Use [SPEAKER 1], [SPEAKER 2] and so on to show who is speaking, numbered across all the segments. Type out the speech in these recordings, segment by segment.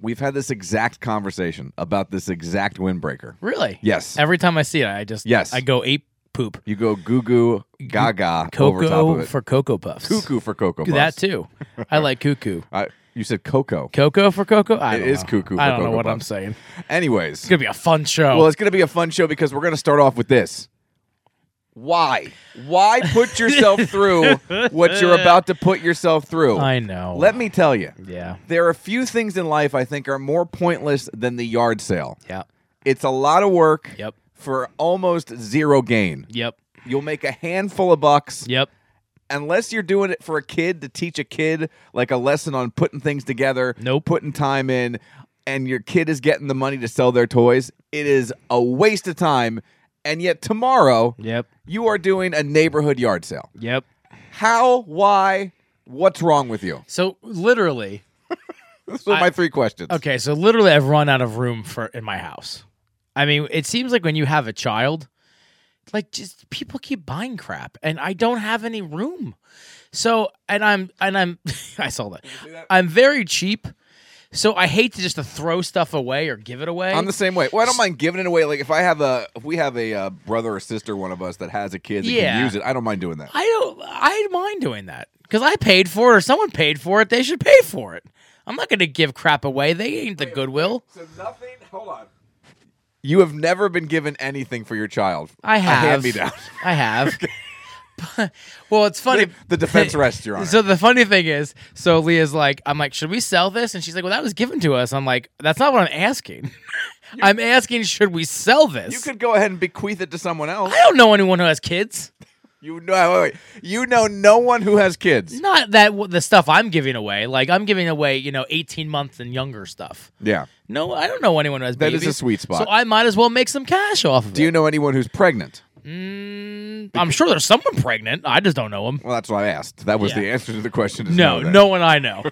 [SPEAKER 1] We've had this exact conversation about this exact windbreaker.
[SPEAKER 2] Really?
[SPEAKER 1] Yes.
[SPEAKER 2] Every time I see it, I just
[SPEAKER 1] Yes.
[SPEAKER 2] I go ape poop.
[SPEAKER 1] You go goo goo gaga over top of
[SPEAKER 2] Cocoa
[SPEAKER 1] it.
[SPEAKER 2] for cocoa puffs.
[SPEAKER 1] cuckoo for cocoa.
[SPEAKER 2] That
[SPEAKER 1] Puffs.
[SPEAKER 2] too. I like cuckoo.
[SPEAKER 1] I- you said cocoa.
[SPEAKER 2] Cocoa for cocoa. I
[SPEAKER 1] It
[SPEAKER 2] don't
[SPEAKER 1] is
[SPEAKER 2] know.
[SPEAKER 1] cuckoo
[SPEAKER 2] I
[SPEAKER 1] for
[SPEAKER 2] don't know
[SPEAKER 1] Cocoa
[SPEAKER 2] what I'm
[SPEAKER 1] Puffs.
[SPEAKER 2] saying.
[SPEAKER 1] Anyways,
[SPEAKER 2] It's gonna be a fun show.
[SPEAKER 1] well, it's going to be a fun show because we're going to start off with this. Why? Why put yourself through what you're about to put yourself through?
[SPEAKER 2] I know.
[SPEAKER 1] Let me tell you.
[SPEAKER 2] yeah.
[SPEAKER 1] There are few things in life I think are more pointless than the yard sale.
[SPEAKER 2] Yeah.
[SPEAKER 1] It's a lot of work
[SPEAKER 2] Yep.
[SPEAKER 1] for almost zero gain.
[SPEAKER 2] Yep.
[SPEAKER 1] You'll make a handful of bucks
[SPEAKER 2] Yep.
[SPEAKER 1] unless you're doing it for a kid to teach a kid like a lesson on putting things together,
[SPEAKER 2] Nope.
[SPEAKER 1] putting time in, and your kid is getting the money to sell their toys. It is a waste of time. And yet tomorrow,
[SPEAKER 2] Yep.
[SPEAKER 1] you are doing a neighborhood yard sale.
[SPEAKER 2] Yep.
[SPEAKER 1] How? Why? What's wrong with you?
[SPEAKER 2] So literally,
[SPEAKER 1] Those are my three questions.
[SPEAKER 2] okay. So literally, I've run out of room for in my house. I mean, it seems like when you have a child, like just people keep buying crap, and I don't have any room. So, and I'm and I'm I saw that. I'm very cheap. So I hate to just to throw stuff away or give it away.
[SPEAKER 1] I'm the same way. Well, I don't mind giving it away. Like if I have a, if we have a uh, brother or sister, one of us that has a kid that
[SPEAKER 2] Yeah.
[SPEAKER 1] can use it, I don't mind doing that.
[SPEAKER 2] I don't. I don't mind doing that because I paid for it, or someone paid for it. They should pay for it. I'm not going to give crap away. They ain't the Goodwill.
[SPEAKER 1] So nothing. Hold on. You have never been given anything for your child.
[SPEAKER 2] I have.
[SPEAKER 1] hand me down.
[SPEAKER 2] I have. But- well, it's funny.
[SPEAKER 1] The defense rests, Your Honor.
[SPEAKER 2] So the funny thing is, so Leah's like, I'm like, should we sell this? And she's like, well, that was given to us. I'm like, that's not what I'm asking. I'm asking, should we sell this?
[SPEAKER 1] you could go ahead and bequeath it to someone else.
[SPEAKER 2] I don't know anyone who has kids.
[SPEAKER 1] You know, wait, wait. you know no one who has kids.
[SPEAKER 2] Not that w- the stuff I'm giving away. Like I'm giving away, you know, 18 months and younger stuff.
[SPEAKER 1] Yeah.
[SPEAKER 2] No, I don't know anyone who has
[SPEAKER 1] That is
[SPEAKER 2] babies.
[SPEAKER 1] a sweet spot.
[SPEAKER 2] So I might as well make some cash off of
[SPEAKER 1] Do you know anyone who's pregnant?
[SPEAKER 2] it. I'm sure there's someone pregnant. I just don't know them.
[SPEAKER 1] Well, that's what I asked. That was
[SPEAKER 2] Yeah.
[SPEAKER 1] the answer to the question. is
[SPEAKER 2] No,
[SPEAKER 1] then.
[SPEAKER 2] no one I know.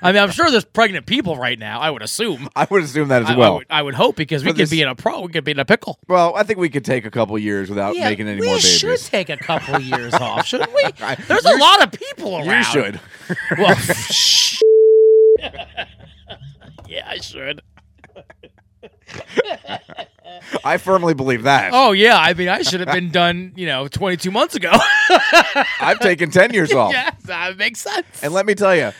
[SPEAKER 2] I mean, I'm sure there's pregnant people right now. I would assume.
[SPEAKER 1] I would assume that as
[SPEAKER 2] I- I,
[SPEAKER 1] well.
[SPEAKER 2] would, I would hope because we
[SPEAKER 1] For
[SPEAKER 2] could
[SPEAKER 1] this-
[SPEAKER 2] be in a pro. We could be in a pickle.
[SPEAKER 1] well, I think we could take a couple years without making any
[SPEAKER 2] we
[SPEAKER 1] more babies.
[SPEAKER 2] should take a couple years off, shouldn't we? There's a lot of people around.
[SPEAKER 1] you should.
[SPEAKER 2] Well, shh. yeah, I should.
[SPEAKER 1] I firmly believe that.
[SPEAKER 2] Oh yeah, I mean, I should have been done. You know, 22 months ago.
[SPEAKER 1] I've taken 10 years off.
[SPEAKER 2] yes, that makes sense.
[SPEAKER 1] And let me tell you,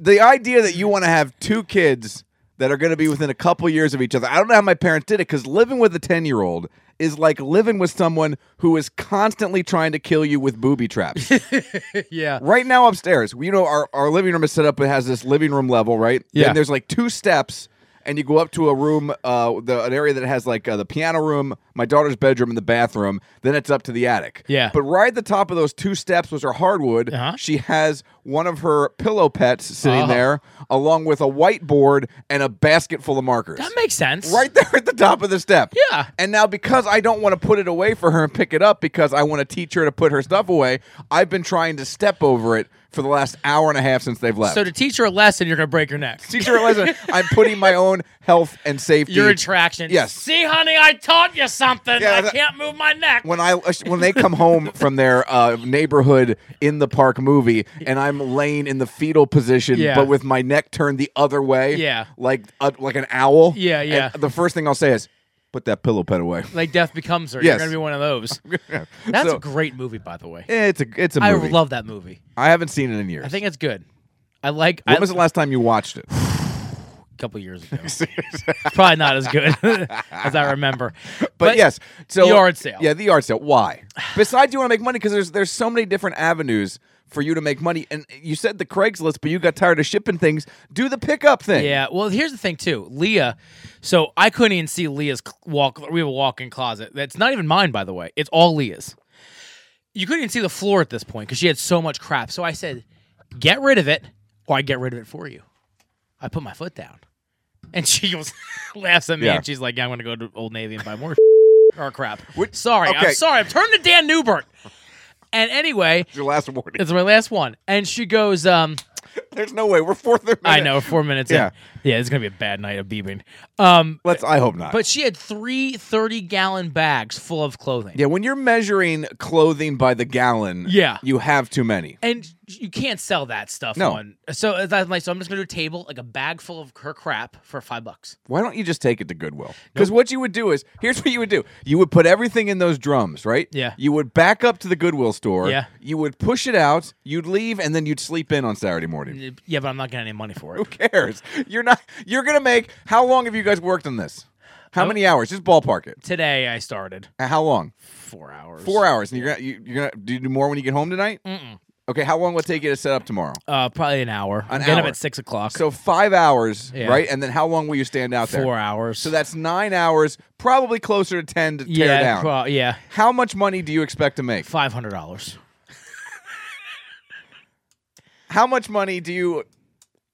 [SPEAKER 1] the idea that you want to have two kids that are going to be within a couple years of each other. I don't know how my parents did it because living with a 10 year old is like living with someone who is constantly trying to kill you with booby traps.
[SPEAKER 2] yeah.
[SPEAKER 1] right now, upstairs, you know, our, our living room is set up. It has this living room level, right?
[SPEAKER 2] Yeah.
[SPEAKER 1] And there's like two steps. And you go up to a room, uh, the, an area that has like uh, the piano room, my daughter's bedroom, and the bathroom. Then it's up to the attic.
[SPEAKER 2] Yeah.
[SPEAKER 1] But right at the top of those two steps was her hardwood.
[SPEAKER 2] Uh-huh.
[SPEAKER 1] She has one of her pillow pets sitting
[SPEAKER 2] Oh.
[SPEAKER 1] there, along with a whiteboard and a basket full of markers.
[SPEAKER 2] That makes sense.
[SPEAKER 1] right there at the top of the step.
[SPEAKER 2] Yeah.
[SPEAKER 1] And now, because I don't want to put it away for her and pick it up because I want to teach her to put her stuff away, I've been trying to step over it for the last hour and a half since they've left.
[SPEAKER 2] So to teach her a lesson, you're gonna break her neck.
[SPEAKER 1] teach her a lesson. I'm putting my own health and safety.
[SPEAKER 2] Your attraction.
[SPEAKER 1] Yes.
[SPEAKER 2] See, honey, I taught you something.
[SPEAKER 1] Yeah,
[SPEAKER 2] I
[SPEAKER 1] that-
[SPEAKER 2] can't move my neck.
[SPEAKER 1] when I uh, when they come home from their uh, neighborhood in the park movie, and I'm laying in the fetal position,
[SPEAKER 2] Yeah.
[SPEAKER 1] but with my neck turned the other way,
[SPEAKER 2] Yeah.
[SPEAKER 1] like uh, like an owl.
[SPEAKER 2] Yeah,
[SPEAKER 1] and
[SPEAKER 2] yeah.
[SPEAKER 1] the first thing I'll say is, "Put that pillow pet away."
[SPEAKER 2] like death becomes her. You're
[SPEAKER 1] Yes.
[SPEAKER 2] gonna be one of those. That's
[SPEAKER 1] So-
[SPEAKER 2] a great movie, by the way.
[SPEAKER 1] Eh, It's a it's a
[SPEAKER 2] I
[SPEAKER 1] movie. I,
[SPEAKER 2] love that movie.
[SPEAKER 1] haven't seen it in years.
[SPEAKER 2] I think it's good. I like.
[SPEAKER 1] when
[SPEAKER 2] I,
[SPEAKER 1] was the last time you watched it?
[SPEAKER 2] a couple years ago. Probably not as good as I remember. But,
[SPEAKER 1] But, yes, so
[SPEAKER 2] yard sale.
[SPEAKER 1] Yeah, the yard sale. Why? Besides, you want to make money because there's there's so many different avenues for you to make money. And you said the Craigslist, but you got tired of shipping things. Do the pickup thing.
[SPEAKER 2] Yeah. Well, here's the thing too, Leah. So I couldn't even see Leah's cl- walk. We have a walk-in closet. That's not even mine, by the way. It's all Leah's. You couldn't even see the floor at this point because she had so much crap. So I said, "Get rid of it, or I get rid of it for you." I put my foot down, and she goes, laughs at me,
[SPEAKER 1] Yeah.
[SPEAKER 2] and she's like, "Yeah, "I'm going to go to Old Navy and buy more or crap."
[SPEAKER 1] What-
[SPEAKER 2] Sorry,
[SPEAKER 1] okay.
[SPEAKER 2] I'm sorry. I'm turning to Dan Newbert. And anyway,
[SPEAKER 1] Your last warning.
[SPEAKER 2] it's my last one. And she goes, um,
[SPEAKER 1] There's no way we're fourth. Minute.
[SPEAKER 2] I know, four minutes
[SPEAKER 1] uh, Yeah.
[SPEAKER 2] in. Yeah, it's gonna be a bad night of beeping. Um,
[SPEAKER 1] Let's. I hope not.
[SPEAKER 2] but she had three 30 gallon bags full of clothing.
[SPEAKER 1] yeah, when you're measuring clothing by the gallon,
[SPEAKER 2] Yeah.
[SPEAKER 1] you have too many.
[SPEAKER 2] And you can't sell that stuff.
[SPEAKER 1] No.
[SPEAKER 2] on- so it's not like so I'm just gonna do a table like a bag full of her crap for five bucks.
[SPEAKER 1] Why don't you just take it to Goodwill? Because what you would do is here's what you would do. You would put everything in those drums, right?
[SPEAKER 2] Yeah.
[SPEAKER 1] You would back up to the Goodwill store.
[SPEAKER 2] Yeah.
[SPEAKER 1] You would push it out. You'd leave, and then you'd sleep in on Saturday morning.
[SPEAKER 2] Yeah, but I'm not getting any money for
[SPEAKER 1] Who
[SPEAKER 2] it.
[SPEAKER 1] cares? You're not. You're gonna make. How long have you guys worked on this?
[SPEAKER 2] Oh.
[SPEAKER 1] How many hours? Just ballpark it.
[SPEAKER 2] Today I started
[SPEAKER 1] Uh, How long?
[SPEAKER 2] four hours.
[SPEAKER 1] Four hours. And you're gonna. You, you're gonna. Do you do more when you get home tonight?
[SPEAKER 2] Mm-mm.
[SPEAKER 1] Okay. How long will it take you to set up tomorrow?
[SPEAKER 2] Uh, probably an hour.
[SPEAKER 1] An
[SPEAKER 2] Get up
[SPEAKER 1] hour.
[SPEAKER 2] at six o'clock.
[SPEAKER 1] So five hours,
[SPEAKER 2] Yeah.
[SPEAKER 1] right? And then how long will you stand out
[SPEAKER 2] four
[SPEAKER 1] there?
[SPEAKER 2] hours.
[SPEAKER 1] So that's nine hours. Probably closer to ten to tear
[SPEAKER 2] yeah,
[SPEAKER 1] down.
[SPEAKER 2] pro- yeah,
[SPEAKER 1] How much money do you expect to make?
[SPEAKER 2] five hundred dollars.
[SPEAKER 1] How much money do you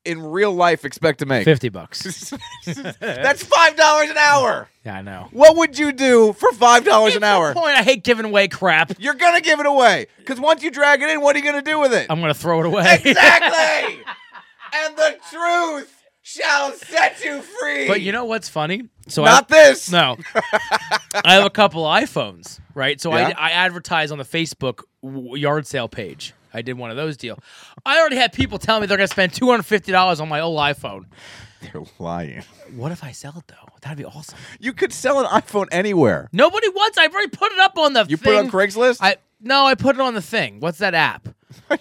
[SPEAKER 1] in real life expect to make?
[SPEAKER 2] Fifty bucks.
[SPEAKER 1] That's five dollars an hour.
[SPEAKER 2] Yeah, I know.
[SPEAKER 1] What would you do for five dollars an
[SPEAKER 2] That's the
[SPEAKER 1] hour?
[SPEAKER 2] Point. I hate giving away crap.
[SPEAKER 1] You're gonna give it away because once you drag it in, what are you gonna do with it?
[SPEAKER 2] I'm gonna throw it away.
[SPEAKER 1] exactly. and the truth shall set you free.
[SPEAKER 2] but you know what's funny? So I,
[SPEAKER 1] not this.
[SPEAKER 2] No. I have a couple iPhones, right? So
[SPEAKER 1] Yeah.
[SPEAKER 2] I, I advertise on the Facebook w- yard sale page. I did one of those deal. I already had people tell me they're going to spend $250 on my old iPhone.
[SPEAKER 1] You're lying.
[SPEAKER 2] What if I sell it though? That'd be awesome.
[SPEAKER 1] You could sell an iPhone anywhere.
[SPEAKER 2] Nobody wants. I've already put it up on the
[SPEAKER 1] You
[SPEAKER 2] thing.
[SPEAKER 1] put it on Craigslist.
[SPEAKER 2] I no, I put it on the thing. What's that app?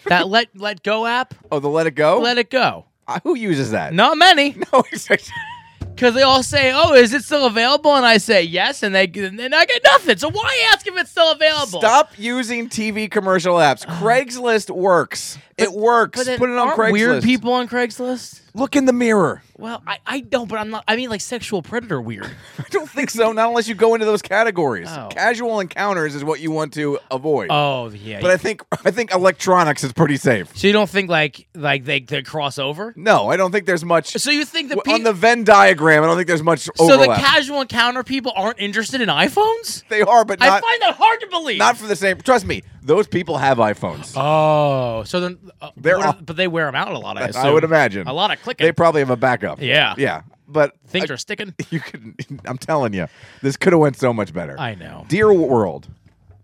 [SPEAKER 2] that let let go app?
[SPEAKER 1] oh, the Let It Go.
[SPEAKER 2] Let it go.
[SPEAKER 1] Uh, who uses that?
[SPEAKER 2] Not many.
[SPEAKER 1] No, exactly.
[SPEAKER 2] Because they all say, "Oh, is it still available?" And I say, "Yes," and they and I get nothing. So why ask if it's still available?
[SPEAKER 1] Stop using TV commercial apps. Craigslist works. it works.
[SPEAKER 2] But then
[SPEAKER 1] Put it on
[SPEAKER 2] aren't
[SPEAKER 1] Craigslist.
[SPEAKER 2] Weird people on Craigslist.
[SPEAKER 1] Look in the mirror.
[SPEAKER 2] Well, I, I don't, but I'm not. I mean, like sexual predator weird.
[SPEAKER 1] I don't think so. Not unless you go into those categories.
[SPEAKER 2] Oh.
[SPEAKER 1] Casual encounters is what you want to avoid.
[SPEAKER 2] oh yeah.
[SPEAKER 1] but I think I think electronics is pretty safe.
[SPEAKER 2] so you don't think like like they they cross over?
[SPEAKER 1] No, I don't think there's much
[SPEAKER 2] So you think the
[SPEAKER 1] w- on
[SPEAKER 2] people
[SPEAKER 1] the Venn diagram. I don't think there's much
[SPEAKER 2] so the
[SPEAKER 1] overlap.
[SPEAKER 2] casual encounter people aren't interested in iPhones?
[SPEAKER 1] they are, but
[SPEAKER 2] I
[SPEAKER 1] not
[SPEAKER 2] find that hard to believe.
[SPEAKER 1] not for the same. Trust me, those people have iPhones.
[SPEAKER 2] oh, so then uh,
[SPEAKER 1] They're
[SPEAKER 2] what are-
[SPEAKER 1] all-
[SPEAKER 2] but they wear them out a lot. I, assume.
[SPEAKER 1] I would imagine
[SPEAKER 2] a lot of clicking.
[SPEAKER 1] They probably have a backup.
[SPEAKER 2] Yeah.
[SPEAKER 1] yeah, but
[SPEAKER 2] Things
[SPEAKER 1] I-
[SPEAKER 2] are sticking.
[SPEAKER 1] you could. I'm telling you, this could have went so much better.
[SPEAKER 2] I know.
[SPEAKER 1] dear world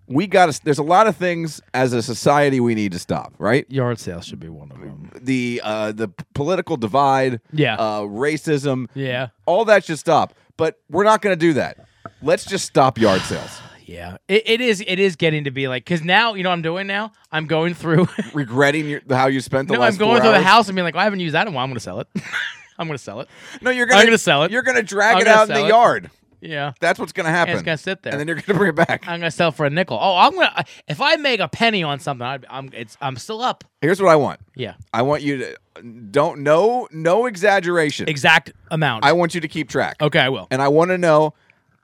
[SPEAKER 1] we got to there's a lot of things as a society we need to stop right
[SPEAKER 2] Yard sales should be one of them.
[SPEAKER 1] the uh the p- political divide
[SPEAKER 2] Yeah.
[SPEAKER 1] uh racism
[SPEAKER 2] Yeah.
[SPEAKER 1] all that should stop but we're not going to do that let's just stop yard sales
[SPEAKER 2] Yeah, it, it is. It is getting to be like because now you know what I'm doing now. I'm going through.
[SPEAKER 1] regretting your, how you spent the
[SPEAKER 2] no,
[SPEAKER 1] last
[SPEAKER 2] I'm going
[SPEAKER 1] four
[SPEAKER 2] through the
[SPEAKER 1] hours.
[SPEAKER 2] house and being like, well, I haven't used that in a while. I'm going to sell it. I'm going to sell it.
[SPEAKER 1] no you're gonna,
[SPEAKER 2] I'm gonna sell it.
[SPEAKER 1] you're going to drag
[SPEAKER 2] I'm
[SPEAKER 1] it
[SPEAKER 2] gonna
[SPEAKER 1] out in
[SPEAKER 2] sell
[SPEAKER 1] the
[SPEAKER 2] it.
[SPEAKER 1] yard
[SPEAKER 2] Yeah,
[SPEAKER 1] that's what's going to happen
[SPEAKER 2] and it's going to sit there.
[SPEAKER 1] And then you're going to bring it back
[SPEAKER 2] I'm going to sell for a nickel. Oh, I'm going to. If I make a penny on something, I, I'm it's I'm still up.
[SPEAKER 1] here's what i want
[SPEAKER 2] Yeah,
[SPEAKER 1] i want you to don't no no exaggeration
[SPEAKER 2] exact amount.
[SPEAKER 1] i want you to keep track
[SPEAKER 2] okay, I will.
[SPEAKER 1] and I want to know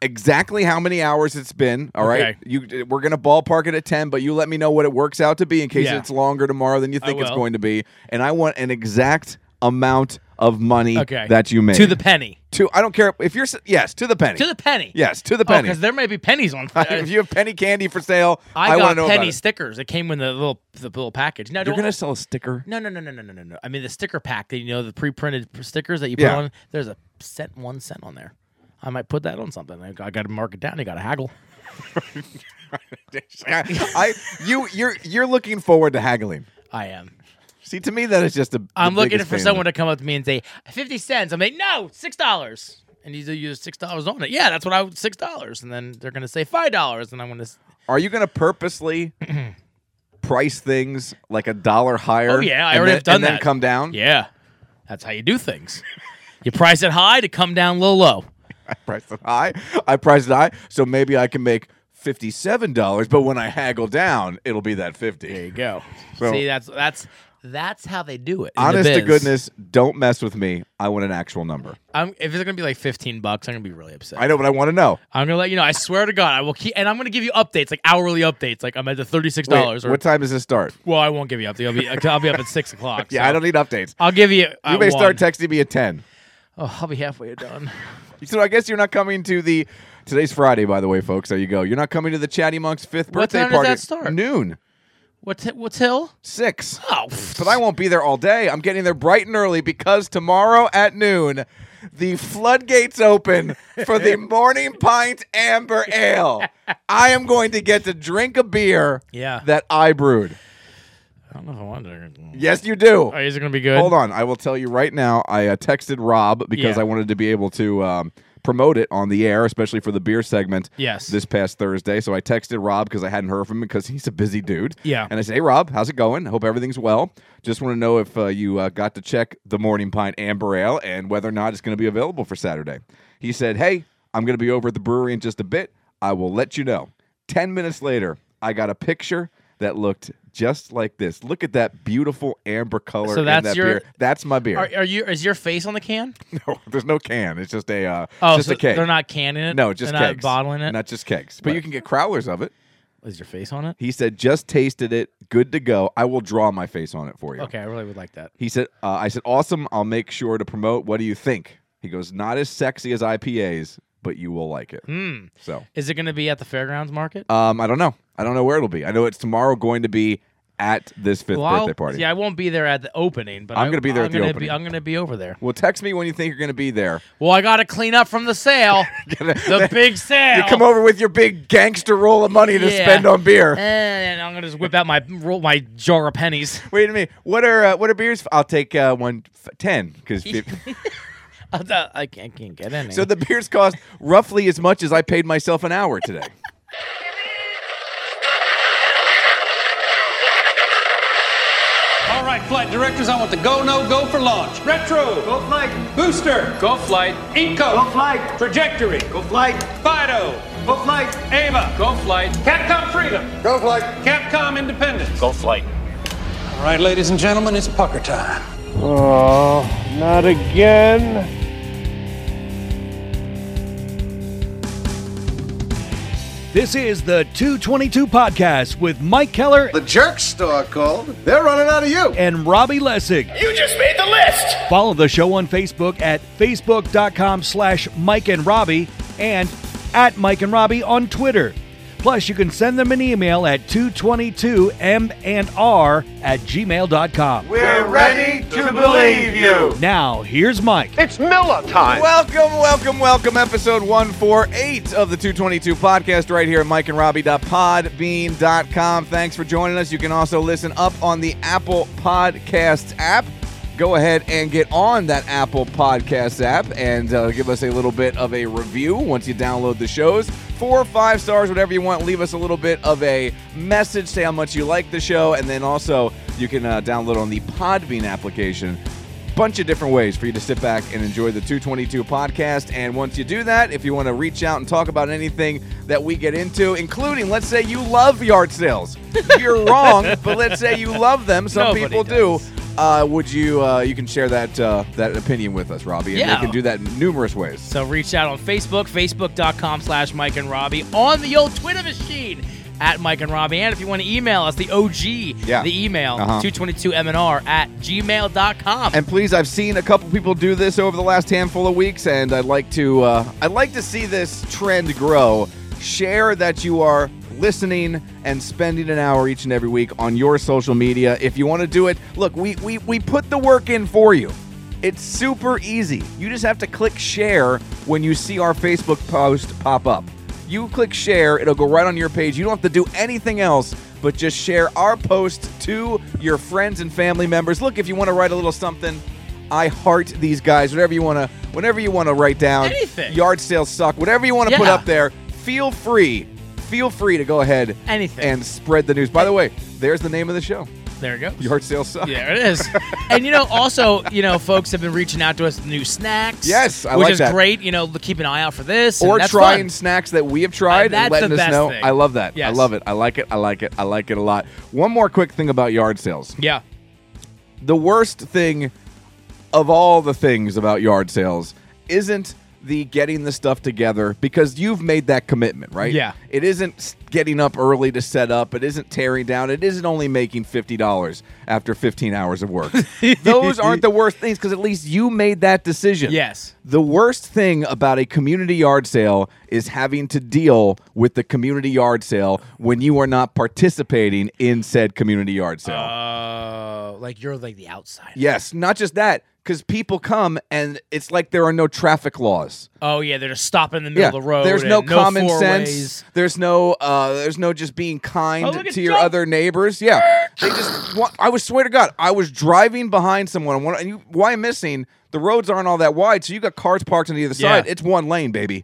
[SPEAKER 1] exactly how many hours it's been. All right,
[SPEAKER 2] Okay.
[SPEAKER 1] you we're gonna ballpark it at ten, but you let me know what it works out to be in case
[SPEAKER 2] Yeah.
[SPEAKER 1] it's longer tomorrow than you think it's
[SPEAKER 2] will.
[SPEAKER 1] going to be. And I want an exact amount of money
[SPEAKER 2] Okay,
[SPEAKER 1] that you made
[SPEAKER 2] to the penny.
[SPEAKER 1] to. I don't care if you're s- yes to the penny.
[SPEAKER 2] To the penny.
[SPEAKER 1] yes to the
[SPEAKER 2] Oh,
[SPEAKER 1] penny.
[SPEAKER 2] because there may be pennies on.
[SPEAKER 1] if you have penny candy for sale,
[SPEAKER 2] I
[SPEAKER 1] want to
[SPEAKER 2] got
[SPEAKER 1] know
[SPEAKER 2] penny
[SPEAKER 1] About it.
[SPEAKER 2] stickers. It came in the little the little package. Now, do
[SPEAKER 1] You're gonna sell a sticker.
[SPEAKER 2] No, no, no, no, no, no, no, no. I mean the sticker pack that you know the pre-printed p- stickers that you put
[SPEAKER 1] Yeah.
[SPEAKER 2] on. There's a cent, one cent on there. I might put that on something. I got to mark it down. You got to haggle.
[SPEAKER 1] I you you're you're looking forward to haggling.
[SPEAKER 2] I am.
[SPEAKER 1] See, to me that is just a.
[SPEAKER 2] I'm looking for someone to come up to me and say fifty cents. I'm like, no, six dollars. And you use six dollars on it. Yeah, that's what I would six dollars. And then they're gonna say five dollars, and I'm gonna. s-
[SPEAKER 1] Are you going to purposely price things like a dollar higher?
[SPEAKER 2] Oh yeah, I
[SPEAKER 1] and
[SPEAKER 2] already
[SPEAKER 1] then,
[SPEAKER 2] have done
[SPEAKER 1] and then
[SPEAKER 2] that.
[SPEAKER 1] come down.
[SPEAKER 2] Yeah, that's how you do things. you price it high to come down a little low.
[SPEAKER 1] I priced it high. I priced it high, so maybe I can make fifty-seven dollars. But when I haggle down, it'll be that
[SPEAKER 2] There you
[SPEAKER 1] fifty.
[SPEAKER 2] go.
[SPEAKER 1] So-
[SPEAKER 2] See, that's that's that's how they do it. in the
[SPEAKER 1] Honest to
[SPEAKER 2] biz.
[SPEAKER 1] goodness, don't mess with me. I want an actual number.
[SPEAKER 2] I'm, if it's gonna be like fifteen bucks, I'm gonna be really upset.
[SPEAKER 1] I know, but I want to know.
[SPEAKER 2] I'm gonna let you know. I swear to God, I will keep, and I'm gonna give you updates, like hourly updates. Like I'm at the thirty six
[SPEAKER 1] Wait,
[SPEAKER 2] dollars, or
[SPEAKER 1] what time does this start?
[SPEAKER 2] well, I won't give you updates. I'll be, I'll be up at six o'clock.
[SPEAKER 1] Yeah, I don't need updates.
[SPEAKER 2] I'll give you. uh,
[SPEAKER 1] You may start texting me at ten.
[SPEAKER 2] oh, I'll be halfway done.
[SPEAKER 1] So I guess you're not coming to the. Today's Friday, by the way, folks. There you go. You're not coming to the Chatty Monk's fifth
[SPEAKER 2] What
[SPEAKER 1] birthday
[SPEAKER 2] time does
[SPEAKER 1] party.
[SPEAKER 2] that start?
[SPEAKER 1] Noon
[SPEAKER 2] What's it- what's hill?
[SPEAKER 1] six.
[SPEAKER 2] Oh, pff.
[SPEAKER 1] But I won't be there all day. I'm getting there bright and early because tomorrow at noon, the floodgates open for the morning pint amber ale. I am going to get to drink a beer
[SPEAKER 2] Yeah.
[SPEAKER 1] that I brewed.
[SPEAKER 2] I don't know if I want to.
[SPEAKER 1] Yes, you do.
[SPEAKER 2] Oh, is it going to be good?
[SPEAKER 1] Hold on, I will tell you right now. I uh, texted Rob because
[SPEAKER 2] Yeah.
[SPEAKER 1] I wanted to be able to um, promote it on the air, especially for the beer segment.
[SPEAKER 2] Yes.
[SPEAKER 1] This past Thursday, so I texted Rob because I hadn't heard from him because he's a busy dude.
[SPEAKER 2] Yeah.
[SPEAKER 1] And I said, "Hey, Rob, how's it going? Hope everything's well. Just want to know if uh, you uh, got to check the Morning Pint Amber Ale and whether or not it's going to be available for Saturday." He said, "Hey, I'm going to be over at the brewery in just a bit. I will let you know." Ten minutes later, I got a picture that looked just like this. Look at that beautiful amber color
[SPEAKER 2] So
[SPEAKER 1] in
[SPEAKER 2] that's
[SPEAKER 1] that
[SPEAKER 2] your-
[SPEAKER 1] beer. That's my beer.
[SPEAKER 2] Are, are you? Is your face on the can?
[SPEAKER 1] No, there's no can. It's just a uh,
[SPEAKER 2] Oh,
[SPEAKER 1] just
[SPEAKER 2] so
[SPEAKER 1] a keg.
[SPEAKER 2] they're not canning it.
[SPEAKER 1] no, just
[SPEAKER 2] they're
[SPEAKER 1] kegs.
[SPEAKER 2] not bottling it.
[SPEAKER 1] Not just kegs. But you can get crowlers of it.
[SPEAKER 2] Is your face on it?
[SPEAKER 1] He said, "Just tasted it. Good to go. I will draw my face on it for you."
[SPEAKER 2] Okay, I really would like that.
[SPEAKER 1] He said, uh, "I said, awesome. I'll make sure to promote. What do you think?" He goes, "Not as sexy as IPAs, but you will like it."
[SPEAKER 2] Hmm.
[SPEAKER 1] So,
[SPEAKER 2] Is it going to be at the fairgrounds market?
[SPEAKER 1] um, I don't know. I don't know where it'll be. I know it's tomorrow going to be at this fifth
[SPEAKER 2] Well, I'll-
[SPEAKER 1] birthday party.
[SPEAKER 2] Yeah, I won't be there at the opening, but
[SPEAKER 1] I'm
[SPEAKER 2] I-
[SPEAKER 1] gonna be there
[SPEAKER 2] I'm
[SPEAKER 1] at the
[SPEAKER 2] gonna
[SPEAKER 1] opening.
[SPEAKER 2] Be, I'm going to be over there.
[SPEAKER 1] Well, text me when you think you're going to be there.
[SPEAKER 2] Well, I got to clean up from the sale, the big sale.
[SPEAKER 1] You come over with your big gangster roll of money to
[SPEAKER 2] Yeah.
[SPEAKER 1] spend on beer.
[SPEAKER 2] and I'm going to just whip out my roll my jar of pennies.
[SPEAKER 1] Wait a minute. What are uh, what are beers? I'll take uh, one f- ten because.
[SPEAKER 2] I'll t- Uh, I can't, can't get any.
[SPEAKER 1] So the beers cost roughly as much as I paid myself an hour today.
[SPEAKER 3] All right, flight directors, I want the go, no, go for launch. Retro. Go flight. Booster. Go flight. Inco. Go flight. Trajectory. Go flight. Fido. Go flight. Ava. Go flight. Capcom Freedom. Go flight. Capcom Independence. Go flight. All right, ladies and gentlemen, it's pucker time.
[SPEAKER 4] Oh, not again.
[SPEAKER 5] This is the 222 Podcast with Mike Keller
[SPEAKER 6] The jerk store called. They're running out of you.
[SPEAKER 5] and Robbie Lessig. You just made the list! Follow the show on Facebook at facebook.com slash Mike and Robbie and at Mike and Robbie on Twitter. Plus, you can send them an email at 222m&r at gmail.com.
[SPEAKER 6] We're ready to believe you.
[SPEAKER 5] Now, here's Mike.
[SPEAKER 4] It's Miller time.
[SPEAKER 1] welcome, welcome, welcome. Episode 148 of the 222 podcast right here at mikeandrobbie.podbean.com. Thanks for joining us. You can also listen up on the Apple Podcasts app. Go ahead and get on that Apple Podcasts app and uh, give us a little bit of a review once you download the shows. Four or five stars, whatever you want. Leave us a little bit of a message, say how much you like the show, and then also you can uh, download on the Podbean application bunch of different ways for you to sit back and enjoy the 222 podcast. And once you do that, if you want to reach out and talk about anything that we get into, including, let's say you love yard sales, you're wrong, but let's say you love them. Some
[SPEAKER 2] Nobody
[SPEAKER 1] people
[SPEAKER 2] does.
[SPEAKER 1] do. Uh, would you? Uh, you can share that uh, that opinion with us, Robbie, and
[SPEAKER 2] Yeah.
[SPEAKER 1] they can do that in numerous ways.
[SPEAKER 2] So reach out on Facebook, facebook.com slash Mike and Robbie, on the old Twitter machine at Mike and Robbie. And if you want to email us, the OG,
[SPEAKER 1] Yeah.
[SPEAKER 2] the email,
[SPEAKER 1] Uh-huh.
[SPEAKER 2] 222MNR at gmail.com.
[SPEAKER 1] And please, I've seen a couple people do this over the last handful of weeks, and I'd like to uh, I'd like to see this trend grow. Share that you are listening and spending an hour each and every week on your social media. If you want to do it, look, we, we we put the work in for you. It's super easy. You just have to click share when you see our Facebook post pop up. You click share, it'll go right on your page. You don't have to do anything else but just share our post to your friends and family members. Look, if you want to write a little something, I heart these guys, whatever you want to whatever you want to write down.
[SPEAKER 2] Anything.
[SPEAKER 1] Yard sales suck. Whatever you want to put
[SPEAKER 2] Yeah.
[SPEAKER 1] up there, feel free. Feel free to go ahead
[SPEAKER 2] Anything.
[SPEAKER 1] and spread the news. By the way, there's the name of the show.
[SPEAKER 2] there you go.
[SPEAKER 1] Yard sales suck.
[SPEAKER 2] There it is. and you know, also, you know, folks have been reaching out to us with new snacks.
[SPEAKER 1] Yes, I
[SPEAKER 2] which
[SPEAKER 1] like
[SPEAKER 2] is
[SPEAKER 1] that.
[SPEAKER 2] great. You know, keep an eye out for this.
[SPEAKER 1] Or
[SPEAKER 2] and that's
[SPEAKER 1] trying
[SPEAKER 2] fun.
[SPEAKER 1] snacks that we have tried
[SPEAKER 2] Uh,
[SPEAKER 1] and
[SPEAKER 2] that's
[SPEAKER 1] letting
[SPEAKER 2] the
[SPEAKER 1] us
[SPEAKER 2] best
[SPEAKER 1] know.
[SPEAKER 2] thing.
[SPEAKER 1] I love that. I
[SPEAKER 2] Yes.
[SPEAKER 1] love it. I like it. I like it. I like it a lot. One more quick thing about yard sales.
[SPEAKER 2] Yeah.
[SPEAKER 1] the worst thing of all the things about yard sales isn't the getting the stuff together because you've made that commitment, right?
[SPEAKER 2] Yeah.
[SPEAKER 1] It isn't s- getting up early to set up. It isn't tearing down. It isn't only making $50 after 15 hours of work. Those aren't the worst things because at least you made that decision.
[SPEAKER 2] Yes.
[SPEAKER 1] The worst thing about a community yard sale is having to deal with the community yard sale when you are not participating in said community yard sale.
[SPEAKER 2] Uh, like you're like the outsider.
[SPEAKER 1] Yes, not just that. because people come and it's like there are no traffic laws.
[SPEAKER 2] Oh yeah, they're just stopping in the middle of the road.
[SPEAKER 1] There's
[SPEAKER 2] and
[SPEAKER 1] no, common
[SPEAKER 2] four
[SPEAKER 1] sense.
[SPEAKER 2] ways.
[SPEAKER 1] There's no uh there's no just being kind
[SPEAKER 2] Oh, look at
[SPEAKER 1] to your
[SPEAKER 2] Joe.
[SPEAKER 1] other neighbors. Yeah. They just want, I was swear to God, I was driving behind someone and, one, and you why I'm missing, the roads aren't all that wide, so you got cars parked on either
[SPEAKER 2] Yeah.
[SPEAKER 1] side. It's one lane, baby.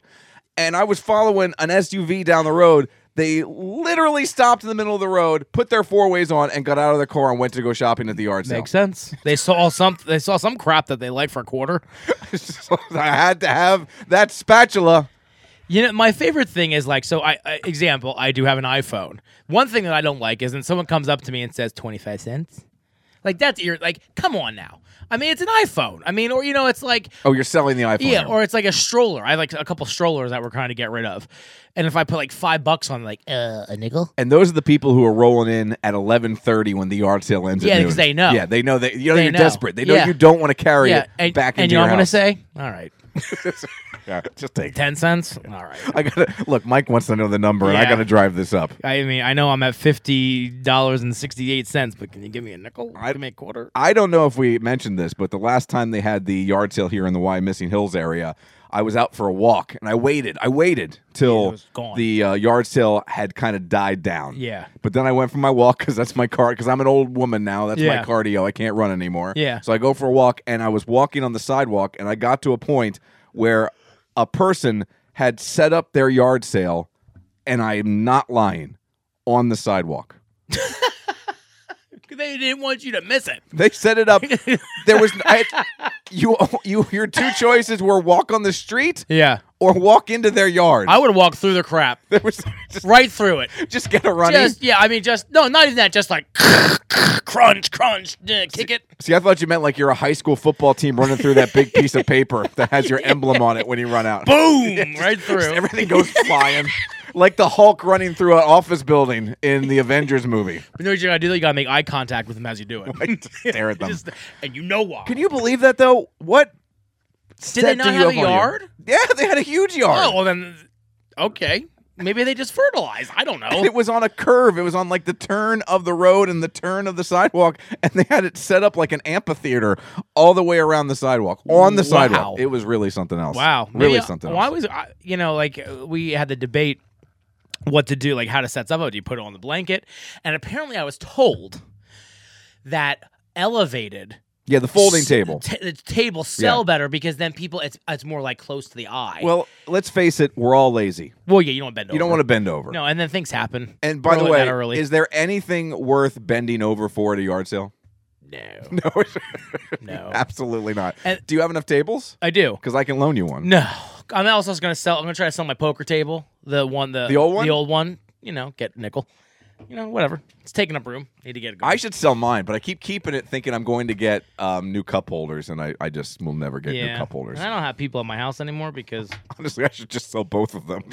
[SPEAKER 1] And I was following an SUV down the road. They literally stopped in the middle of the road, put their four ways on, and got out of their car and went to go shopping at the yard sale.
[SPEAKER 2] Makes sense. They saw some. They saw some crap that they like for a quarter.
[SPEAKER 1] So I had to have that spatula.
[SPEAKER 2] You know, my favorite thing is like, so I, I example, I do have an iPhone. One thing that I don't like is when someone comes up to me and says twenty five cents. Like that's ir- like, come on now. I mean, it's an iPhone. I mean, or you know, it's like
[SPEAKER 1] Oh, you're selling the iPhone.
[SPEAKER 2] Yeah,
[SPEAKER 1] now.
[SPEAKER 2] or it's like a stroller. I have like a couple strollers that we're trying to get rid of, and if I put like five bucks on, like uh, a nickel.
[SPEAKER 1] And those are the people who are rolling in at eleven thirty when the yard sale ends. at
[SPEAKER 2] Yeah,
[SPEAKER 1] noon.
[SPEAKER 2] because they know.
[SPEAKER 1] Yeah, they know that you know
[SPEAKER 2] They
[SPEAKER 1] you're
[SPEAKER 2] know.
[SPEAKER 1] desperate. They know
[SPEAKER 2] Yeah.
[SPEAKER 1] you don't want to carry
[SPEAKER 2] Yeah,
[SPEAKER 1] it
[SPEAKER 2] and,
[SPEAKER 1] back
[SPEAKER 2] and
[SPEAKER 1] into
[SPEAKER 2] you know
[SPEAKER 1] your
[SPEAKER 2] what I'm gonna
[SPEAKER 1] house.
[SPEAKER 2] say? All right,
[SPEAKER 1] Yeah, just take. It.
[SPEAKER 2] ten cents. All right.
[SPEAKER 1] I gotta look. Mike wants to know the number, and I
[SPEAKER 2] Yeah.
[SPEAKER 1] gotta drive this up.
[SPEAKER 2] I mean, I know I'm at fifty dollars and sixty eight cents, but can you give me a nickel? I give me a quarter.
[SPEAKER 1] I don't know if we mentioned this, but the last time they had the yard sale here in the Y Missing Hills area, I was out for a walk and I waited. I waited till
[SPEAKER 2] was gone.
[SPEAKER 1] the uh, yard sale had kind of died down.
[SPEAKER 2] Yeah.
[SPEAKER 1] But then I went for my walk because that's my car. Because I'm an old woman now. That's
[SPEAKER 2] Yeah.
[SPEAKER 1] my cardio. I can't run anymore.
[SPEAKER 2] Yeah.
[SPEAKER 1] So I go for a walk and I was walking on the sidewalk and I got to a point where a person had set up their yard sale, and I am not lying, on the sidewalk.
[SPEAKER 2] They didn't want you to miss it.
[SPEAKER 1] They set it up. There was I, you. You your two choices were walk on the street
[SPEAKER 2] Yeah,
[SPEAKER 1] or walk into their yard.
[SPEAKER 2] I would walk through the crap,
[SPEAKER 1] there was just,
[SPEAKER 2] right through it.
[SPEAKER 1] just get a runny.
[SPEAKER 2] Just yeah, I mean, just no, not even that. Just like crunch, crunch, eh, kick it.
[SPEAKER 1] See, I thought you meant like you're a high school football team running through that big piece of paper that has your emblem on it when you run out.
[SPEAKER 2] Boom! Right
[SPEAKER 1] Just
[SPEAKER 2] through.
[SPEAKER 1] Everything goes flying, like the Hulk running through an office building in the Avengers movie.
[SPEAKER 2] You know what you gotta do? You gotta make eye contact with them as you do it.
[SPEAKER 1] I just stare at them.
[SPEAKER 2] Just- and you know why.
[SPEAKER 1] Can you believe that though? What
[SPEAKER 2] Did they
[SPEAKER 1] set do
[SPEAKER 2] not
[SPEAKER 1] you
[SPEAKER 2] have a
[SPEAKER 1] up on you?
[SPEAKER 2] yard?
[SPEAKER 1] Yeah, they had a huge yard.
[SPEAKER 2] Oh, well then, okay. Maybe they just fertilized. I don't know.
[SPEAKER 1] it was on a curve. It was on like the turn of the road and the turn of the sidewalk, and they had it set up like an amphitheater all the way around the sidewalk. On the
[SPEAKER 2] Wow.
[SPEAKER 1] sidewalk, it was really something else.
[SPEAKER 2] Wow,
[SPEAKER 1] really
[SPEAKER 2] Maybe-
[SPEAKER 1] something.
[SPEAKER 2] Why
[SPEAKER 1] else.
[SPEAKER 2] was I- you know like uh, we had the debate what to do, like how to set stuff up? Do you put it on the blanket? And apparently, I was told that elevated
[SPEAKER 1] yeah, the folding
[SPEAKER 2] s-
[SPEAKER 1] table.
[SPEAKER 2] ta- the table sell
[SPEAKER 1] Yeah.
[SPEAKER 2] better because then people it's it's more like close to the eye.
[SPEAKER 1] Well, let's face it, we're all lazy.
[SPEAKER 2] well, yeah, you don't bend.
[SPEAKER 1] You don't want to bend over.
[SPEAKER 2] No, and then things happen.
[SPEAKER 1] And by the
[SPEAKER 2] early-
[SPEAKER 1] way,
[SPEAKER 2] not early.
[SPEAKER 1] is there anything worth bending over for at a yard sale?
[SPEAKER 2] no,
[SPEAKER 1] No,
[SPEAKER 2] no,
[SPEAKER 1] absolutely not.
[SPEAKER 2] And-
[SPEAKER 1] Do you have enough tables?
[SPEAKER 2] I do.
[SPEAKER 1] Because I can loan you one.
[SPEAKER 2] No, I'm also just gonna sell. I'm gonna try to sell my poker table, the one, the
[SPEAKER 1] The old one?
[SPEAKER 2] the old one. You know, get a nickel. You know, whatever. It's taking up room. Need to get it.
[SPEAKER 1] I should sell mine, but I keep keeping it thinking I'm going to get um, new cup holders, and I, I just will never get new cup holders.
[SPEAKER 2] And I don't have people at my house anymore because
[SPEAKER 1] Honestly, I should just sell both of them.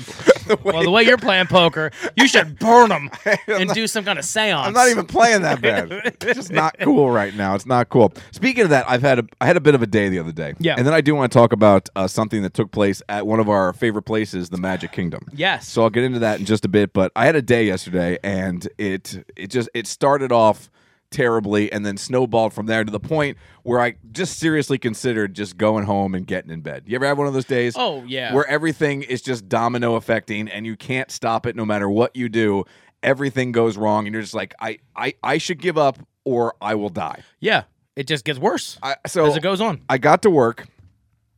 [SPEAKER 2] well, the way you're playing poker, you should burn them and do some kind of seance.
[SPEAKER 1] I'm not even playing that bad. It's just not cool right now. It's not cool. Speaking of that, I've had a I had a bit of a day the other day.
[SPEAKER 2] Yeah.
[SPEAKER 1] And then I do want to talk about uh, something that took place at one of our favorite places, the Magic Kingdom.
[SPEAKER 2] Yes.
[SPEAKER 1] So I'll get into that in just a bit. But I had a day yesterday, and it it just it started off terribly, and then snowballed from there to the point where I just seriously considered just going home and getting in bed. You ever have one of those days?
[SPEAKER 2] Oh, yeah.
[SPEAKER 1] Where everything is just domino affecting and you can't stop it no matter what you do everything goes wrong and you're just like i i, I should give up or i will die
[SPEAKER 2] yeah, it just gets worse
[SPEAKER 1] I, so
[SPEAKER 2] as it goes on.
[SPEAKER 1] i got to work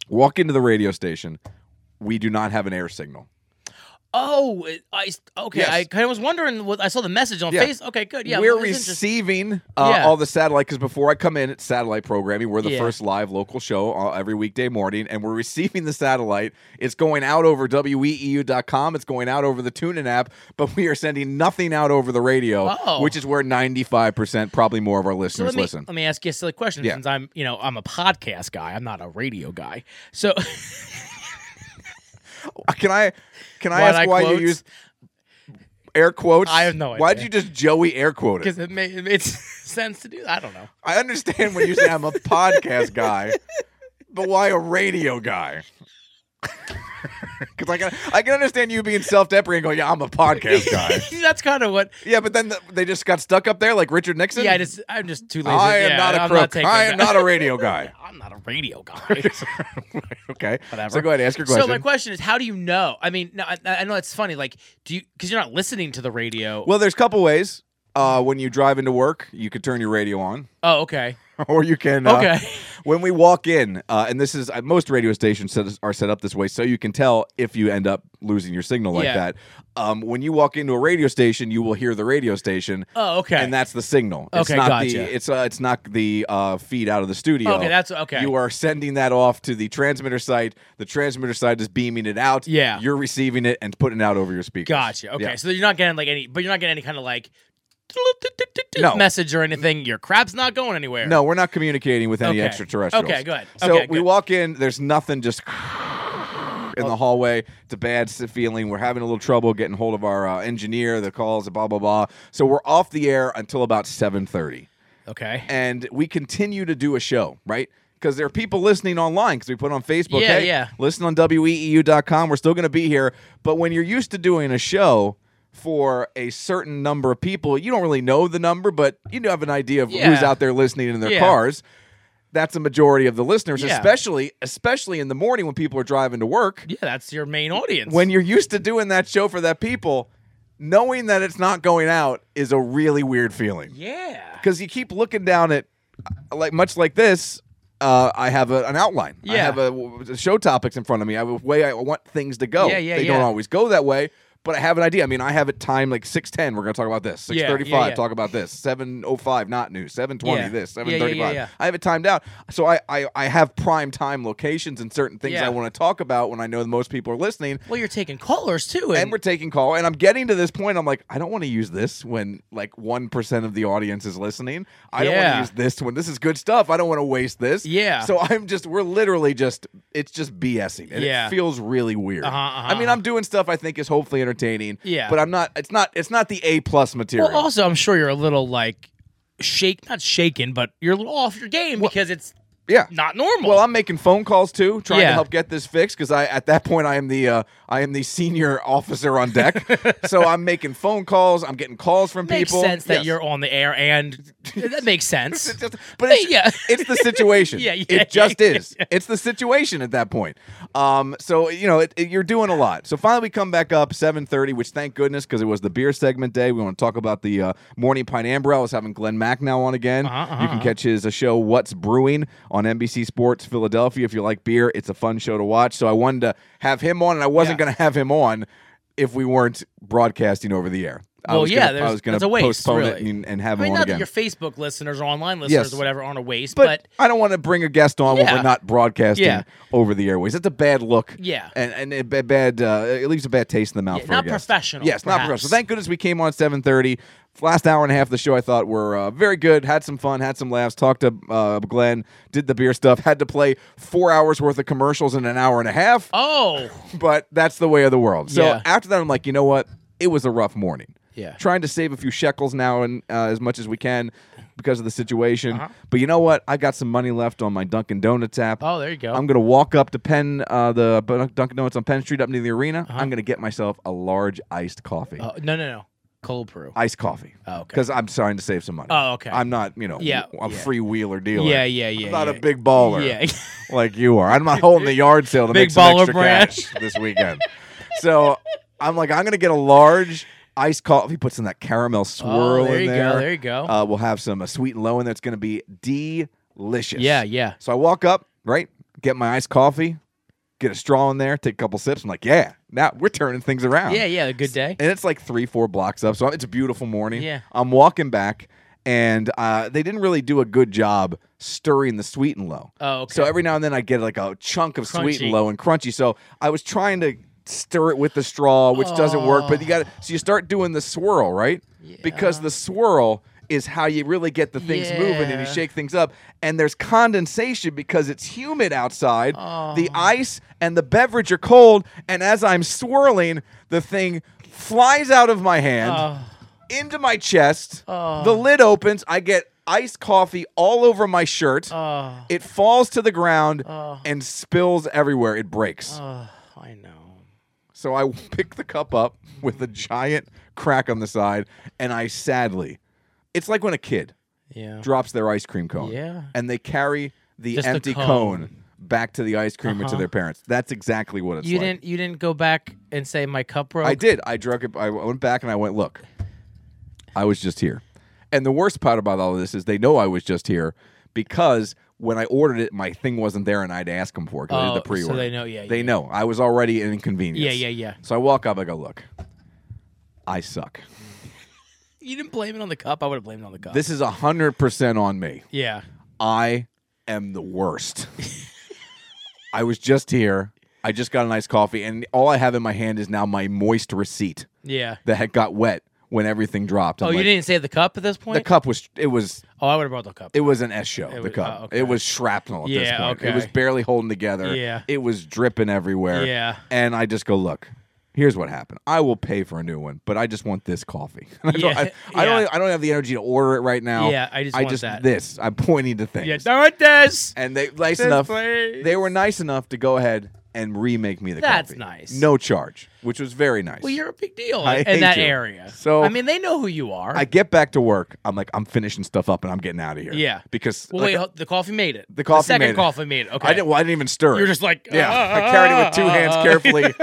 [SPEAKER 1] walk into the radio station we do not have an air signal
[SPEAKER 2] Oh, it- I okay.
[SPEAKER 1] Yes.
[SPEAKER 2] I kind of was wondering. What, I saw the message on
[SPEAKER 1] Yeah.
[SPEAKER 2] face. Okay, good. Yeah,
[SPEAKER 1] we're
[SPEAKER 2] well, that's interesting.
[SPEAKER 1] receiving uh,
[SPEAKER 2] Yeah.
[SPEAKER 1] all the satellite because before I come in, it's satellite programming. We're the
[SPEAKER 2] Yeah.
[SPEAKER 1] first live local show uh, every weekday morning, and we're receiving the satellite. It's going out over E weeu.com. It's going out over the TuneIn app, but we are sending nothing out over the radio,
[SPEAKER 2] Oh.
[SPEAKER 1] which is where ninety five percent, probably more of our
[SPEAKER 2] So
[SPEAKER 1] listeners
[SPEAKER 2] let me
[SPEAKER 1] listen.
[SPEAKER 2] let me ask you a silly question.
[SPEAKER 1] Yeah.
[SPEAKER 2] Since I'm you know I'm a podcast guy, I'm not a radio guy. So
[SPEAKER 1] Can I? Can I
[SPEAKER 2] Why'd
[SPEAKER 1] ask
[SPEAKER 2] I
[SPEAKER 1] why
[SPEAKER 2] quote?
[SPEAKER 1] you use air quotes?
[SPEAKER 2] I have no
[SPEAKER 1] Why did
[SPEAKER 2] idea.
[SPEAKER 1] you just Joey air quote it?
[SPEAKER 2] because it, ma- it made sense to do. I don't know.
[SPEAKER 1] I understand when you say I'm a podcast guy, but why a radio guy? Because I can, I can understand you being self deprecating going, yeah, I'm a podcast guy.
[SPEAKER 2] That's kind of what.
[SPEAKER 1] yeah, but then the, they just got stuck up there like Richard Nixon?
[SPEAKER 2] Yeah, I just I'm just too lazy.
[SPEAKER 1] I am
[SPEAKER 2] Yeah,
[SPEAKER 1] not a
[SPEAKER 2] I'm
[SPEAKER 1] crook.
[SPEAKER 2] taking
[SPEAKER 1] I am
[SPEAKER 2] that.
[SPEAKER 1] not a radio guy.
[SPEAKER 2] I'm not a radio guy.
[SPEAKER 1] okay.
[SPEAKER 2] Whatever.
[SPEAKER 1] So go ahead, ask your question.
[SPEAKER 2] So my question is, how do you know? I mean, no, I, I know it's funny. Like, do you because you're not listening to the radio?
[SPEAKER 1] well, there's a couple ways. Uh, when you drive into work, you could turn your radio on,
[SPEAKER 2] oh, okay.
[SPEAKER 1] or you can. Uh,
[SPEAKER 2] Okay.
[SPEAKER 1] When we walk in, uh, and this is uh, most radio stations set, are set up this way, so you can tell if you end up losing your signal like
[SPEAKER 2] Yeah.
[SPEAKER 1] that. Um, when you walk into a radio station, you will hear the radio station.
[SPEAKER 2] Oh, okay.
[SPEAKER 1] And that's the signal. It's
[SPEAKER 2] Okay,
[SPEAKER 1] not the
[SPEAKER 2] gotcha.
[SPEAKER 1] it's uh, it's not the uh, feed out of the studio.
[SPEAKER 2] Okay, that's- okay.
[SPEAKER 1] You are sending that off to the transmitter site. The transmitter site is beaming it out.
[SPEAKER 2] Yeah.
[SPEAKER 1] You're receiving it and putting it out over your speakers.
[SPEAKER 2] Gotcha. Okay.
[SPEAKER 1] Yeah.
[SPEAKER 2] So you're not getting like any, but you're not getting any kind of like
[SPEAKER 1] No.
[SPEAKER 2] message or anything. Your crap's not going anywhere.
[SPEAKER 1] no, we're not communicating with any
[SPEAKER 2] Okay.
[SPEAKER 1] extraterrestrials.
[SPEAKER 2] Okay, good.
[SPEAKER 1] So
[SPEAKER 2] Okay,
[SPEAKER 1] we
[SPEAKER 2] good. Oh.
[SPEAKER 1] walk in, there's nothing just in the hallway. It's a bad s- feeling. We're having a little trouble getting hold of our uh, engineer, the calls, blah, blah, blah. So we're off the air until about 7.30.
[SPEAKER 2] Okay.
[SPEAKER 1] and we continue to do a show, right? Because there are people listening online because we put on Facebook.
[SPEAKER 2] Yeah,
[SPEAKER 1] hey,
[SPEAKER 2] yeah.
[SPEAKER 1] Listen on E weeu.com. We're still going to be here. But when you're used to doing a show for a certain number of people, you don't really know the number, but you do have an idea of who's
[SPEAKER 2] Yeah.
[SPEAKER 1] out there listening in their
[SPEAKER 2] Yeah.
[SPEAKER 1] cars. That's a majority of the listeners,
[SPEAKER 2] Yeah.
[SPEAKER 1] especially especially in the morning when people are driving to work.
[SPEAKER 2] Yeah, that's your main audience.
[SPEAKER 1] When you're used to doing that show for that people, knowing that it's not going out is a really weird feeling
[SPEAKER 2] yeah.
[SPEAKER 1] because you keep looking down at uh, like much like this. Uh, I have a, an outline. I
[SPEAKER 2] Yeah.
[SPEAKER 1] have a, w- show topics in front of me. I have a way I want things to go.
[SPEAKER 2] Yeah, yeah,
[SPEAKER 1] they don't
[SPEAKER 2] yeah.
[SPEAKER 1] always go that way, but I have an idea. I mean, I have it time like six ten. We're gonna talk about this. Six
[SPEAKER 2] Yeah, yeah,
[SPEAKER 1] thirty five.
[SPEAKER 2] yeah.
[SPEAKER 1] Talk about this. Seven oh five. Not news. Seven twenty.
[SPEAKER 2] Yeah.
[SPEAKER 1] This.
[SPEAKER 2] Yeah,
[SPEAKER 1] Seven
[SPEAKER 2] yeah, yeah,
[SPEAKER 1] thirty five.
[SPEAKER 2] yeah.
[SPEAKER 1] I have it timed out. So I, I I have prime time locations and certain things
[SPEAKER 2] Yeah.
[SPEAKER 1] I want to talk about when I know the most people are listening
[SPEAKER 2] Well, you're taking callers too, and,
[SPEAKER 1] and we're taking call and i'm getting to this point i'm like i don't want to use this when like 1% of the audience is listening i don't want to
[SPEAKER 2] Yeah.
[SPEAKER 1] use this when this is good stuff i don't want to waste this
[SPEAKER 2] Yeah.
[SPEAKER 1] so i'm just we're literally just it's just bsing and
[SPEAKER 2] Yeah.
[SPEAKER 1] it feels really weird
[SPEAKER 2] Uh-huh, uh-huh,
[SPEAKER 1] i mean i'm doing stuff i think is hopefully entertaining
[SPEAKER 2] Yeah.
[SPEAKER 1] but i'm not it's not it's not the a plus material
[SPEAKER 2] well, also I'm sure you're a little like shake, not shaken, but you're a little off your game because it's
[SPEAKER 1] yeah
[SPEAKER 2] not normal.
[SPEAKER 1] well, I'm making phone calls too, trying to
[SPEAKER 2] Yeah.
[SPEAKER 1] help get this fixed because I at that point I am the uh, I am the senior officer on deck, so I'm making phone calls. I'm getting calls from
[SPEAKER 2] makes
[SPEAKER 1] people.
[SPEAKER 2] sense that
[SPEAKER 1] Yes.
[SPEAKER 2] you're on the air, and that makes sense.
[SPEAKER 1] It's just- but it's,
[SPEAKER 2] Yeah.
[SPEAKER 1] it's the situation.
[SPEAKER 2] Yeah, yeah,
[SPEAKER 1] it just
[SPEAKER 2] yeah,
[SPEAKER 1] is. It's the situation at that point. Um, so you know, it, it- you're doing a lot. So finally, we come back up 7:30, which thank goodness because it was the beer segment day. We want to talk about the uh, morning Pinambra. I was having Glenn Mack now on again.
[SPEAKER 2] Uh-huh,
[SPEAKER 1] You can catch his uh, show What's Brewing on NBC Sports Philadelphia if you like beer. It's a fun show to watch. So I wanted to have him on, and I wasn't
[SPEAKER 2] Yeah.
[SPEAKER 1] going to have him on if we weren't broadcasting over the air. I
[SPEAKER 2] Well,
[SPEAKER 1] was
[SPEAKER 2] yeah,
[SPEAKER 1] gonna, I
[SPEAKER 2] there's-
[SPEAKER 1] was going
[SPEAKER 2] that's
[SPEAKER 1] to
[SPEAKER 2] a waste,
[SPEAKER 1] postpone it
[SPEAKER 2] really.
[SPEAKER 1] and, and have
[SPEAKER 2] I
[SPEAKER 1] him
[SPEAKER 2] mean,
[SPEAKER 1] on
[SPEAKER 2] not
[SPEAKER 1] again
[SPEAKER 2] that your Facebook listeners or online listeners
[SPEAKER 1] Yes.
[SPEAKER 2] or whatever aren't a waste,
[SPEAKER 1] but,
[SPEAKER 2] but
[SPEAKER 1] I don't want to bring a guest on when
[SPEAKER 2] Yeah.
[SPEAKER 1] we're not broadcasting
[SPEAKER 2] Yeah.
[SPEAKER 1] over the airways. That's a bad look.
[SPEAKER 2] Yeah.
[SPEAKER 1] and and a ba- bad. Uh, it leaves a bad taste in the mouth.
[SPEAKER 2] Yeah,
[SPEAKER 1] for a
[SPEAKER 2] not
[SPEAKER 1] guest.
[SPEAKER 2] professional,
[SPEAKER 1] Yes, not
[SPEAKER 2] perhaps.
[SPEAKER 1] professional. Thank goodness we came on seven thirty. Last hour and a half of the show, I thought were uh, very good. Had some fun, had some laughs. Talked to uh, Glenn, did the beer stuff. Had to play four hours worth of commercials in an hour and a half
[SPEAKER 2] oh,
[SPEAKER 1] but that's the way of the world. So
[SPEAKER 2] Yeah.
[SPEAKER 1] after that, I'm like, you know what? It was a rough morning.
[SPEAKER 2] Yeah.
[SPEAKER 1] Trying to save a few shekels now and uh, as much as we can because of the situation.
[SPEAKER 2] Uh-huh.
[SPEAKER 1] But you know what? I got some money left on my Dunkin' Donuts app.
[SPEAKER 2] Oh, there you go.
[SPEAKER 1] I'm gonna walk up to Penn, uh, the Bu- Dunkin' Donuts on Penn Street up near the arena. I'm gonna get myself a large iced coffee.
[SPEAKER 2] Uh-huh. oh, no, no, no, cold brew.
[SPEAKER 1] Iced coffee.
[SPEAKER 2] Oh, okay.
[SPEAKER 1] Because I'm trying to save some money.
[SPEAKER 2] Oh, okay.
[SPEAKER 1] I'm not, you know,
[SPEAKER 2] Yeah,
[SPEAKER 1] a
[SPEAKER 2] yeah.
[SPEAKER 1] freewheeler dealer.
[SPEAKER 2] Yeah, yeah, yeah.
[SPEAKER 1] I'm not
[SPEAKER 2] yeah.
[SPEAKER 1] a big baller
[SPEAKER 2] Yeah.
[SPEAKER 1] like you are. I'm not holding the yard sale to
[SPEAKER 2] Big
[SPEAKER 1] make some
[SPEAKER 2] baller
[SPEAKER 1] extra
[SPEAKER 2] brand.
[SPEAKER 1] cash this weekend. so I'm like, I'm gonna get a large iced coffee. Put some of that caramel swirl
[SPEAKER 2] Oh, there
[SPEAKER 1] in
[SPEAKER 2] you go,
[SPEAKER 1] there.
[SPEAKER 2] there you go.
[SPEAKER 1] Uh, we'll have some uh, sweet and low in there. It's gonna be delicious.
[SPEAKER 2] Yeah, yeah.
[SPEAKER 1] So I walk up, right, get my iced coffee, get a straw in there, take a couple sips. I'm like, yeah, now we're turning things around.
[SPEAKER 2] Yeah, yeah, a good day.
[SPEAKER 1] And it's like three, four blocks up. So it's a beautiful morning.
[SPEAKER 2] Yeah.
[SPEAKER 1] I'm walking back, and uh, they didn't really do a good job stirring the sweet and low.
[SPEAKER 2] Oh, okay.
[SPEAKER 1] So every now and then I get like a chunk of sweet and
[SPEAKER 2] Crunchy.
[SPEAKER 1] low and crunchy. So I was trying to stir it with the straw, which doesn't work. But you got so you start doing the swirl, right? Because the swirl is how you really get the things moving and you
[SPEAKER 2] Yeah.
[SPEAKER 1] shake things up. And there's condensation because it's humid outside. The ice and the beverage are cold. And as I'm swirling, the thing flies out of my hand into my chest.
[SPEAKER 2] Oh.
[SPEAKER 1] The lid opens. I get iced coffee all over my shirt.
[SPEAKER 2] Oh. Oh.
[SPEAKER 1] It falls to the ground and spills everywhere. It breaks.
[SPEAKER 2] I know.
[SPEAKER 1] So I picked the cup up with a giant crack on the side, and I sadly, it's like when a kid
[SPEAKER 2] Yeah.
[SPEAKER 1] drops their ice cream cone.
[SPEAKER 2] Yeah.
[SPEAKER 1] And they carry the
[SPEAKER 2] Just the
[SPEAKER 1] empty
[SPEAKER 2] cone. Uh-huh.
[SPEAKER 1] cone. back to the ice cream or to their parents. That's exactly what it's
[SPEAKER 2] You
[SPEAKER 1] like.
[SPEAKER 2] didn't. You didn't go back and say my cup broke.
[SPEAKER 1] I did. I drug it. I went back and I went, look, I was just here. And the worst part about all of this is they know I was just here because when I ordered it, my thing wasn't there and I had to ask them for it 'cause I
[SPEAKER 2] Oh,
[SPEAKER 1] did the pre-order.
[SPEAKER 2] so they know, yeah,
[SPEAKER 1] They
[SPEAKER 2] yeah.
[SPEAKER 1] know. I was already an inconvenience.
[SPEAKER 2] Yeah, yeah, yeah.
[SPEAKER 1] So I walk up. I go, look, I suck.
[SPEAKER 2] You didn't blame it on the cup. I would have blamed it on the cup.
[SPEAKER 1] This is 100% on me.
[SPEAKER 2] Yeah.
[SPEAKER 1] I am the worst. I was just here. I just got a nice coffee, and all I have in my hand is now my moist receipt
[SPEAKER 2] Yeah.
[SPEAKER 1] that had got wet when everything dropped.
[SPEAKER 2] Oh,
[SPEAKER 1] I'm
[SPEAKER 2] you
[SPEAKER 1] like,
[SPEAKER 2] didn't say the cup at this point.
[SPEAKER 1] The cup was it was
[SPEAKER 2] Oh, I would have brought the cup.
[SPEAKER 1] it was an S show. the
[SPEAKER 2] was-
[SPEAKER 1] cup.
[SPEAKER 2] oh, okay.
[SPEAKER 1] It was shrapnel at this
[SPEAKER 2] Yeah,
[SPEAKER 1] point.
[SPEAKER 2] okay.
[SPEAKER 1] It was barely holding together.
[SPEAKER 2] Yeah.
[SPEAKER 1] It was dripping everywhere.
[SPEAKER 2] Yeah.
[SPEAKER 1] And I just go look. Here's what happened. I will pay for a new one, but I just want this coffee. I don't,
[SPEAKER 2] Yeah,
[SPEAKER 1] I, I
[SPEAKER 2] yeah.
[SPEAKER 1] don't. I don't have the energy to order it right now.
[SPEAKER 2] Yeah, I just
[SPEAKER 1] I
[SPEAKER 2] want
[SPEAKER 1] just
[SPEAKER 2] that.
[SPEAKER 1] this. I'm pointing to things.
[SPEAKER 2] yeah. Don't this.
[SPEAKER 1] And they nice
[SPEAKER 2] This
[SPEAKER 1] enough.
[SPEAKER 2] place.
[SPEAKER 1] They were nice enough to go ahead and remake me the
[SPEAKER 2] That's
[SPEAKER 1] coffee.
[SPEAKER 2] nice.
[SPEAKER 1] No charge, which was very nice.
[SPEAKER 2] Well, you're a big deal
[SPEAKER 1] I
[SPEAKER 2] in
[SPEAKER 1] hate
[SPEAKER 2] that
[SPEAKER 1] you.
[SPEAKER 2] area.
[SPEAKER 1] So-
[SPEAKER 2] I mean, they know who you are.
[SPEAKER 1] I get back to work. I'm like, I'm finishing stuff up and I'm getting out of here.
[SPEAKER 2] Yeah.
[SPEAKER 1] Because
[SPEAKER 2] well,
[SPEAKER 1] like,
[SPEAKER 2] wait. ho- The coffee made it.
[SPEAKER 1] the coffee
[SPEAKER 2] second
[SPEAKER 1] made it.
[SPEAKER 2] coffee made it. Okay.
[SPEAKER 1] I didn't. Well, I didn't even stir it.
[SPEAKER 2] You're just like,
[SPEAKER 1] yeah.
[SPEAKER 2] "Ah,
[SPEAKER 1] I carried it with two
[SPEAKER 2] ah,
[SPEAKER 1] hands
[SPEAKER 2] ah."
[SPEAKER 1] carefully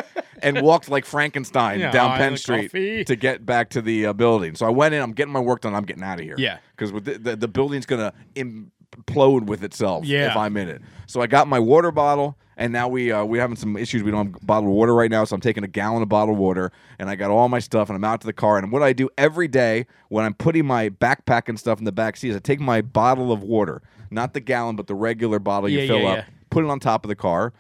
[SPEAKER 1] and walked like Frankenstein
[SPEAKER 2] Yeah,
[SPEAKER 1] down
[SPEAKER 2] I
[SPEAKER 1] Penn
[SPEAKER 2] like
[SPEAKER 1] Street
[SPEAKER 2] coffee.
[SPEAKER 1] to get back to the uh, building. So I went in. I'm getting my work done. I'm getting out of here.
[SPEAKER 2] Yeah.
[SPEAKER 1] Because the, the the building's gonna implode with itself
[SPEAKER 2] Yeah.
[SPEAKER 1] if I'm in it. So I got my water bottle. And now we uh, we're having some issues. We don't have bottled water right now, so I'm taking a gallon of bottled water, and I got all my stuff, and I'm out to the car. And what I do every day when I'm putting my backpack and stuff in the back seat is I take my bottle of water, not the gallon, but the regular bottle you
[SPEAKER 2] Yeah,
[SPEAKER 1] fill
[SPEAKER 2] yeah,
[SPEAKER 1] up,
[SPEAKER 2] yeah. Oh.
[SPEAKER 1] put it on top of the car,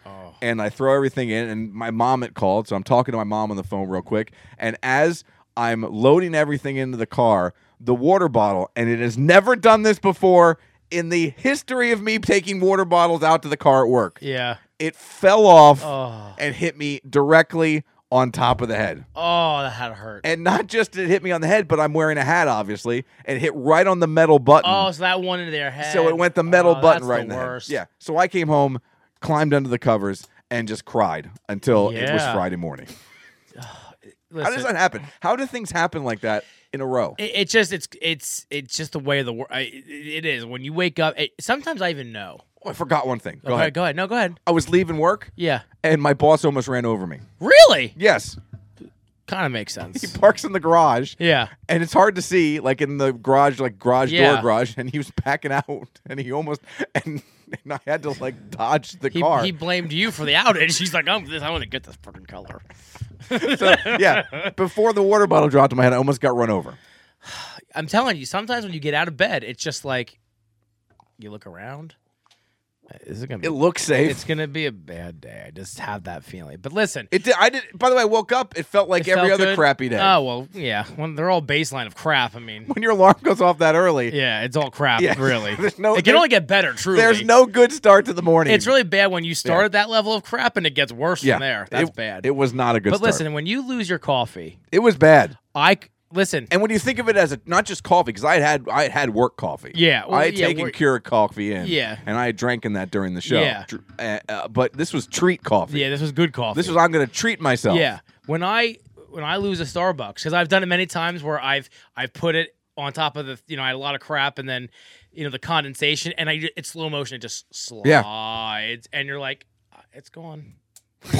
[SPEAKER 1] and I throw everything in. And my mom had called, so I'm talking to my mom on the phone real quick. And as I'm loading everything into the car, the water bottle, and it has never done this before in the history of me taking water bottles out to the car at work.
[SPEAKER 2] Yeah.
[SPEAKER 1] It fell off
[SPEAKER 2] Oh.
[SPEAKER 1] and hit me directly on top of the head.
[SPEAKER 2] Oh, that had to hurt.
[SPEAKER 1] And not just did it hit me on the head, but I'm wearing a hat, obviously, and it hit right on the metal button.
[SPEAKER 2] Oh, so that one into their head.
[SPEAKER 1] So it went the metal
[SPEAKER 2] Oh,
[SPEAKER 1] button
[SPEAKER 2] that's
[SPEAKER 1] right
[SPEAKER 2] the
[SPEAKER 1] in the head.
[SPEAKER 2] worst.
[SPEAKER 1] Yeah. So I came home, climbed under the covers, and just cried until it was
[SPEAKER 2] Yeah.
[SPEAKER 1] Friday morning. How
[SPEAKER 2] Listen,
[SPEAKER 1] does that happen? How do things happen like that in a row?
[SPEAKER 2] It, it just it's it's it's just the way of the world. It, it is when you wake up. It, sometimes I even know.
[SPEAKER 1] Oh, I forgot one thing. Go
[SPEAKER 2] Okay,
[SPEAKER 1] ahead.
[SPEAKER 2] Go ahead. No, go ahead.
[SPEAKER 1] I was leaving work,
[SPEAKER 2] Yeah.
[SPEAKER 1] and my boss almost ran over me.
[SPEAKER 2] Really?
[SPEAKER 1] Yes.
[SPEAKER 2] Kind of makes sense.
[SPEAKER 1] Parks in the garage.
[SPEAKER 2] yeah.
[SPEAKER 1] And it's hard to see, like in the garage, like garage
[SPEAKER 2] Yeah.
[SPEAKER 1] door garage, and he was backing out, and he almost, and, and I had to like dodge the
[SPEAKER 2] He,
[SPEAKER 1] car.
[SPEAKER 2] he blamed you for the outage. He's like, I'm this. I want to get this fucking color.
[SPEAKER 1] So, yeah, before the water bottle dropped in my head, I almost got run over.
[SPEAKER 2] I'm telling you, sometimes when you get out of bed, it's just like you look around. This is gonna be.
[SPEAKER 1] It looks safe.
[SPEAKER 2] it's gonna be a bad day. I just have that feeling. But listen,
[SPEAKER 1] It did. I did. By the way, I woke up. It felt like
[SPEAKER 2] it
[SPEAKER 1] every
[SPEAKER 2] felt
[SPEAKER 1] other
[SPEAKER 2] good.
[SPEAKER 1] crappy day.
[SPEAKER 2] Oh well, yeah. When they're all baseline of crap. I mean,
[SPEAKER 1] When your alarm goes off that early,
[SPEAKER 2] yeah, it's all crap.
[SPEAKER 1] Yeah.
[SPEAKER 2] Really,
[SPEAKER 1] There's no-
[SPEAKER 2] It can
[SPEAKER 1] there's-
[SPEAKER 2] only get better. Truly,
[SPEAKER 1] there's no good start to the morning.
[SPEAKER 2] It's really bad when you start at that level of crap and it gets worse
[SPEAKER 1] yeah.
[SPEAKER 2] from there. That's
[SPEAKER 1] It-
[SPEAKER 2] bad.
[SPEAKER 1] It was not a good.
[SPEAKER 2] but
[SPEAKER 1] start.
[SPEAKER 2] listen, when you lose your coffee,
[SPEAKER 1] it was bad.
[SPEAKER 2] I c- listen.
[SPEAKER 1] And when you think of it as a, not just coffee, because I had had I had had work coffee.
[SPEAKER 2] Yeah, well,
[SPEAKER 1] I had
[SPEAKER 2] yeah,
[SPEAKER 1] taken
[SPEAKER 2] work-
[SPEAKER 1] Keurig coffee in.
[SPEAKER 2] Yeah.
[SPEAKER 1] and I had drank in that during the show.
[SPEAKER 2] Yeah.
[SPEAKER 1] Dr- uh, uh, but this was treat coffee.
[SPEAKER 2] yeah, this was good coffee.
[SPEAKER 1] this was I'm going to treat myself.
[SPEAKER 2] Yeah, when I when I lose a Starbucks, because I've done it many times where I've I've put it on top of the you know I had a lot of crap and then you know the condensation and I it's slow motion it just slides
[SPEAKER 1] Yeah.
[SPEAKER 2] and you're like "Ah, it's gone